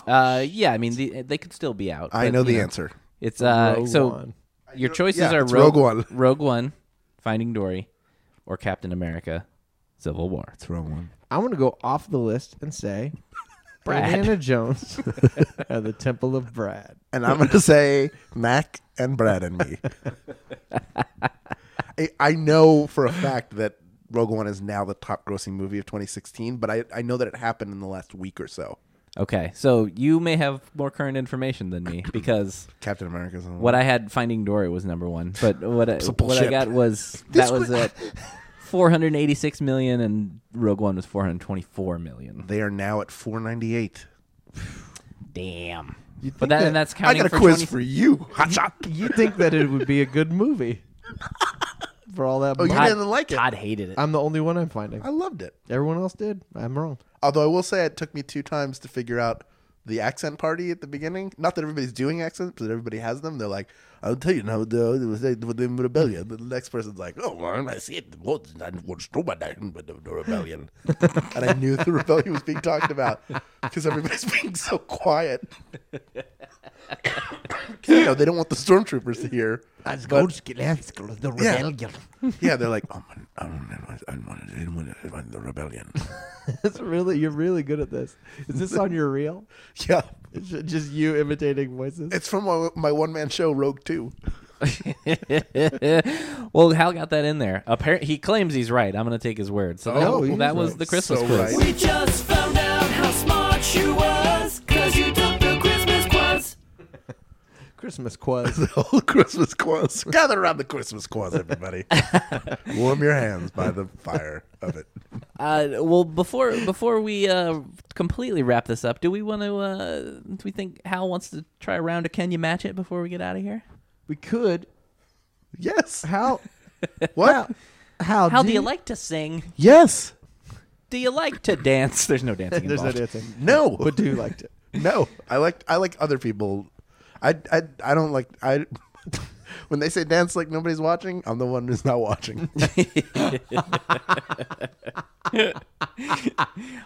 S2: Uh, yeah, I mean the, they could still be out.
S4: I
S2: but,
S4: know
S2: you
S4: the answer.
S2: It's uh,
S3: Rogue
S2: so
S3: One.
S2: your choices
S4: yeah,
S2: are
S4: it's
S2: Rogue,
S4: Rogue One.
S2: Rogue One, Finding Dory, or Captain America: Civil War.
S4: It's the wrong one.
S3: I'm gonna go off the list and say
S2: Brad.
S3: Indiana Jones at the Temple of Brad.
S4: And I'm going to say Mac and Brad and me. I, I know for a fact that Rogue One is now the top grossing movie of 2016, but I, I know that it happened in the last week or so.
S2: Okay, so you may have more current information than me because
S4: Captain America's on
S2: what I had Finding Dory was number one, but what I, what I
S4: bullshit.
S2: got was that was at 486 million, and Rogue One was 424 million.
S4: They are now at 498.
S2: Damn. But that, and that's
S4: I
S2: counting
S4: got a
S2: for
S4: quiz
S2: 20
S4: for you, hotshot.
S3: You think that it would be a good movie for all that?
S4: Oh, you
S3: money.
S4: didn't like it.
S2: Todd hated it.
S3: I'm the only one I'm finding.
S4: I loved it.
S3: Everyone else did. I'm wrong.
S4: Although I will say it took me two times to figure out the accent party at the beginning. Not that everybody's doing accents, but everybody has them. They're like, I'll tell you now, the, the, the, the rebellion. The next person's like, oh, well, I see it. What what's the matter with the the rebellion? and I knew the rebellion was being talked about because everybody's being so quiet. 'Cause, you know, they don't want the stormtroopers to hear.
S3: Let's go, let's go, the rebellion.
S4: Yeah, they're like, oh, man, I don't know, I don't want to- I don't want to- I want the rebellion.
S3: That's really, you're really good at this. Is this on your reel?
S4: Yeah,
S3: It's ju- Just you imitating voices?
S4: it's from my, my one man show, Rogue Two.
S2: well, Hal got that in there. Appar- he claims he's right. I'm going to take his word. So that,
S3: Oh, he's
S2: that was
S3: right.
S2: the Christmas
S4: So
S2: quiz.
S4: right.
S1: We just found out how smart you was, cause you took the Christmas quiz.
S3: Christmas quiz.
S4: The whole Christmas quiz. Gather around the Christmas quiz, everybody. Warm your hands by the fire of it.
S2: Uh, well, before before we uh, completely wrap this up, do we want to? Uh, do we think Hal wants to try a round of Can you match it before we get out of here?
S3: we could.
S4: Yes.
S3: How?
S4: What?
S3: How,
S2: Hal, do you like to sing?
S4: Yes.
S2: Do you like to dance? There's no dancing
S3: There's no
S2: involved.
S3: dancing.
S4: No.
S3: But do you like to?
S4: No. I like I like other people. I I I don't like I. When they say dance like nobody's watching, I'm the one who's not watching.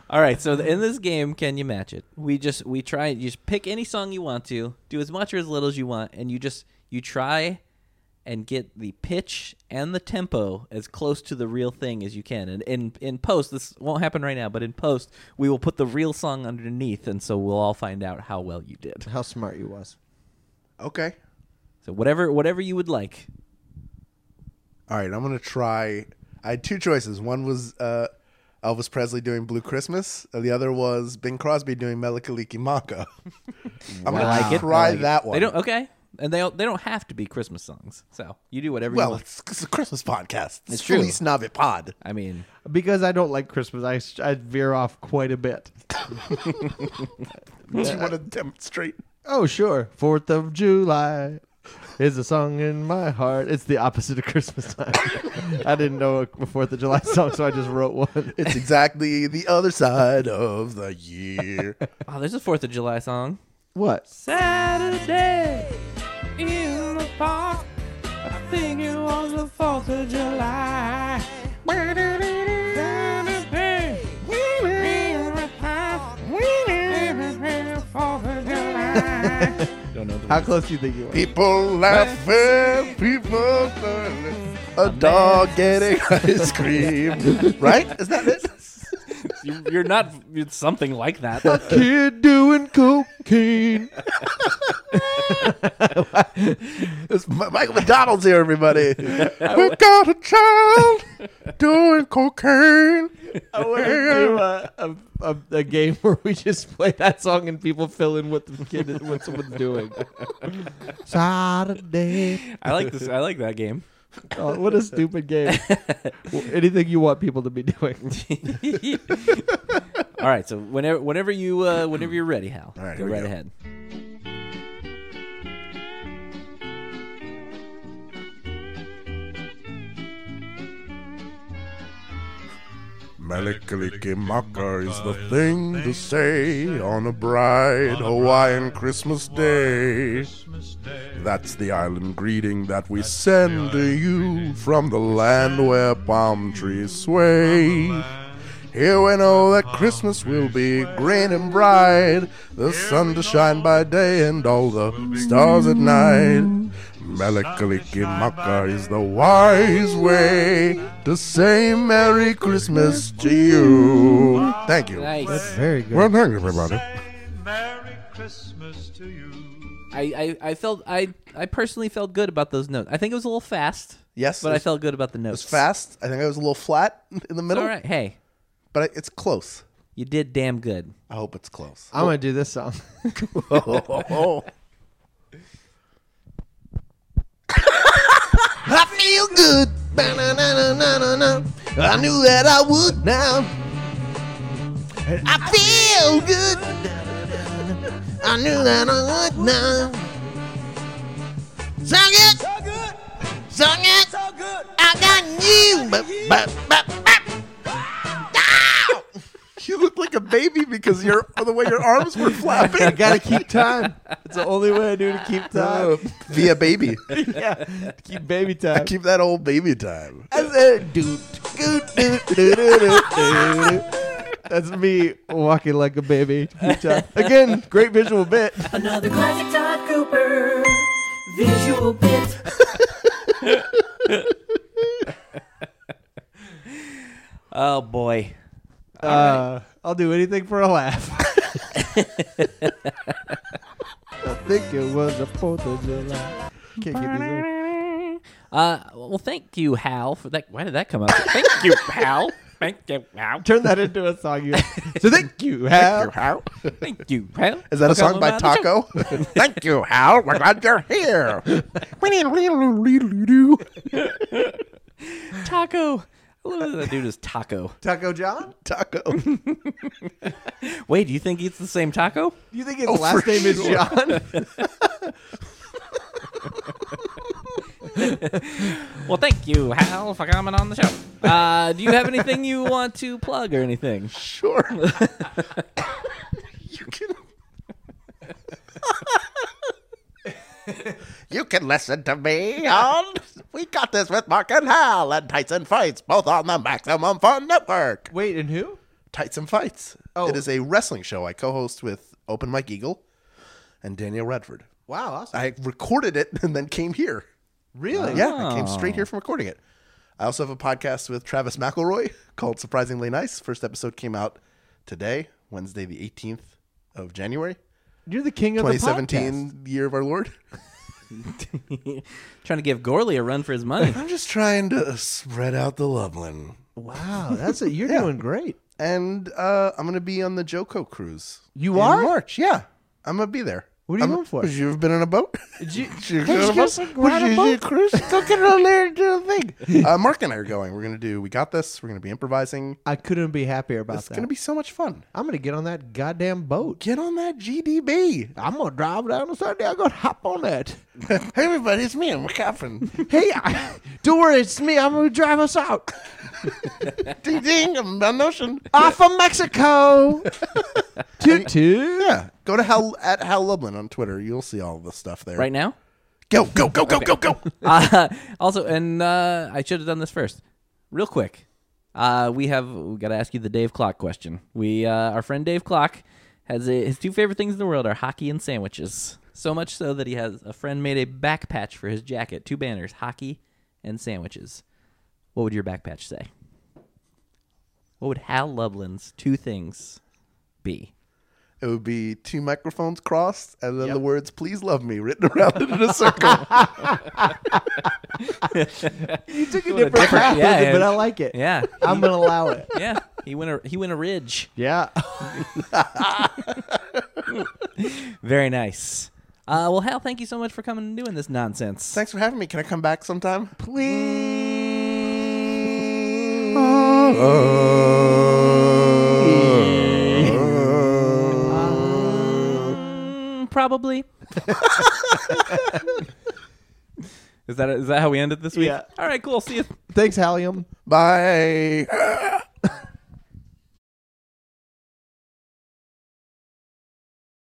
S2: All right, so in this game, can you match it? We just we try you just pick any song you want to, do as much or as little as you want, and you just you try and get the pitch and the tempo as close to the real thing as you can. And in in post, this won't happen right now, but in post, we will put the real song underneath, and so we'll all find out how well you did.
S3: How smart you was.
S4: Okay.
S2: So whatever whatever you would like.
S4: All right. I'm gonna try. I had two choices. One was uh, Elvis Presley doing Blue Christmas. and The other was Bing Crosby doing Melikaliki Maka. I'm gonna
S2: I like it. I
S4: try
S2: like it.
S4: that one.
S2: They don't okay, and they don't, they don't have to be Christmas songs. So you do whatever you
S4: Well,
S2: want.
S4: it's, it's a Christmas podcast. It's,
S2: true.
S4: Feliz Navi Pod.
S2: I mean,
S3: Because I don't like Christmas, I, s- I veer off quite a bit.
S4: Do you want to demonstrate?
S3: Oh, sure. Fourth of July is a song in my heart. It's the opposite of Christmas time. I didn't know a Fourth of July song, so I just wrote one.
S4: It's exactly the other side of the year.
S2: oh, there's a Fourth of July song.
S3: What?
S2: Saturday in the park. I think it was the 4th of July. Don't know the
S3: How close do you think you are?
S4: People laughing, people turning. A dog getting ice cream. right? Is that it?
S2: you, you're not it's something like that.
S3: Kid doing cocaine.
S4: It's M- Michael McDonald's here, everybody. we got a child doing cocaine.
S3: I want to do a, a, a, a game where we just play that song and people fill in what the kid is, what someone's doing. Saturday.
S2: I like this. I like that game.
S3: Oh, what a stupid game. Well, anything you want people to be doing.
S2: All right, so whenever whenever you uh, whenever you're ready, Hal,
S4: All right,
S2: go right
S4: here we go.
S2: ahead.
S4: Malikalikimaka is the thing to say on a bright Hawaiian Christmas day. That's the island greeting that we send to you from the land where palm trees sway. Here we know that Christmas will be green and bright, the sun to shine by day and all the stars at night. Malikalikimaka is the wise way to say Merry Christmas to you. Thank you.
S2: Nice.
S3: Very good.
S4: Well, thank you, everybody.
S6: Merry Christmas to you.
S2: I, I, I felt I I personally felt good about those notes. I think it was a little fast.
S4: Yes,
S2: but
S4: it
S2: I
S4: was-
S2: felt good about the notes.
S4: It was fast. I think I was a little flat in the middle,
S2: All right, hey,
S4: but I- it's close.
S2: you did damn good.
S4: I hope it's close.
S3: I'm going to do this song.
S4: I feel good. Ba-na-na-na-na-na. I knew that I would now. I feel good. I knew that I would now. Sung it. Sung it. I got you. Ba- ba- ba- ba. Ah! You look like a baby because your the way your arms were
S3: I
S4: flapping
S3: gotta keep time. It's the only way I knew to keep time.
S4: Uh, via baby.
S3: yeah, to keep baby time.
S4: Keep that old baby time.
S3: I said, "Doot, doot, doot, doot, doot, doot, doot." That's me walking like a baby. to keep time. Again, great visual bit.
S1: Another classic Todd Cooper visual bit.
S2: Oh boy.
S3: Uh, I'll do anything for a laugh. I think it was the Fourth of July. Can't get these. Over.
S2: Uh, well, thank you, Hal, for that. Why did that come out? thank you, Hal. Thank you, Hal.
S3: Turn that into a song. You. So thank you, Hal.
S2: Thank you, Hal.
S4: Is that a song by Taco?
S2: Thank you, Hal. We're glad you're here. Taco. I love that that dude is Taco.
S3: Taco John.
S4: Taco.
S2: Wait, do you think it's the same Taco?
S3: You think his
S4: Oh,
S3: last
S4: for
S3: name is
S4: sure.
S3: John?
S2: Well, thank you, Hal, for coming on the show. Uh, do you have anything you want to plug or anything?
S4: Sure. you can. you can listen to me on. We got this with Mark and Hal and Tyson Fights, both on the Maximum Fun Network.
S3: Wait, and who?
S4: Tyson Fights.
S3: Oh.
S4: It is a wrestling show I co host with Open Mike Eagle and Daniel Redford.
S3: Wow, awesome.
S4: I recorded it and then came here.
S3: really?
S4: Yeah, I came straight here from recording it. I also have a podcast with Travis McElroy called Surprisingly Nice. First episode came out today, Wednesday, the 18th of January,
S3: You're the king of the podcast.
S4: 2017, year of our Lord.
S2: Trying to give Gorley a run for his money.
S4: I'm just trying to spread out the Lublin.
S3: Wow, Oh, that's a, you're doing great.
S4: And uh, I'm going to be on the Joko cruise.
S3: You
S4: in
S3: are?
S4: March, yeah. I'm going to be there.
S3: What are you
S4: I'm-
S3: going for?
S4: Because you've been on a boat?
S3: you-
S4: You've
S3: Hey,
S4: been on a
S3: just
S4: boat?
S3: go on a
S4: Would you-
S3: boat?
S4: cruise? Go get on there and do a thing. Uh, Mark and I are going. We're going to do, we got this. We're going to be improvising.
S3: I couldn't be happier about
S4: It's
S3: that.
S4: going to be so much fun.
S3: I'm gonna get on that goddamn boat.
S4: Get on that GDB.
S3: I'm gonna drive down the Sunday. I'm gonna hop on that.
S4: hey, everybody, it's me. I'm McCaffrey.
S3: Hey, I, don't worry, it's me. I'm gonna drive us out
S4: ding, ding. I'm on Notion.
S3: off of Mexico. toot toot.
S4: Yeah. Go to Hal, at Hal Lublin on Twitter. You'll see all the stuff there.
S2: Right now?
S4: Go, go, go, go, go, go.
S2: uh, also, and uh, I should have done this first, real quick. Uh, we have we got to ask you the Dave Clock question. We uh, our friend Dave Clock has a, his two favorite things in the world are hockey and sandwiches. So much so that he has a friend made a back patch for his jacket, two banners, hockey and sandwiches. What would your back patch say? What would Hal Lublin's two things be?
S4: It would be two microphones crossed and then the words, please love me, written around it in a circle.
S3: You took a
S2: What a
S3: different
S2: different-
S3: path,
S2: yeah,
S3: with it, but
S2: yeah.
S3: I like it.
S2: Yeah,
S3: I'm gonna allow it.
S2: yeah. He went a he went a ridge.
S3: Yeah.
S2: Very nice. Uh, well, Hal, thank you so much for coming and doing this nonsense.
S4: Thanks for having me. Can I come back sometime?
S2: Mm, probably. is that is that how we ended this week?
S3: Yeah.
S2: All right, cool. See you.
S3: Thanks, Hallium.
S4: Bye.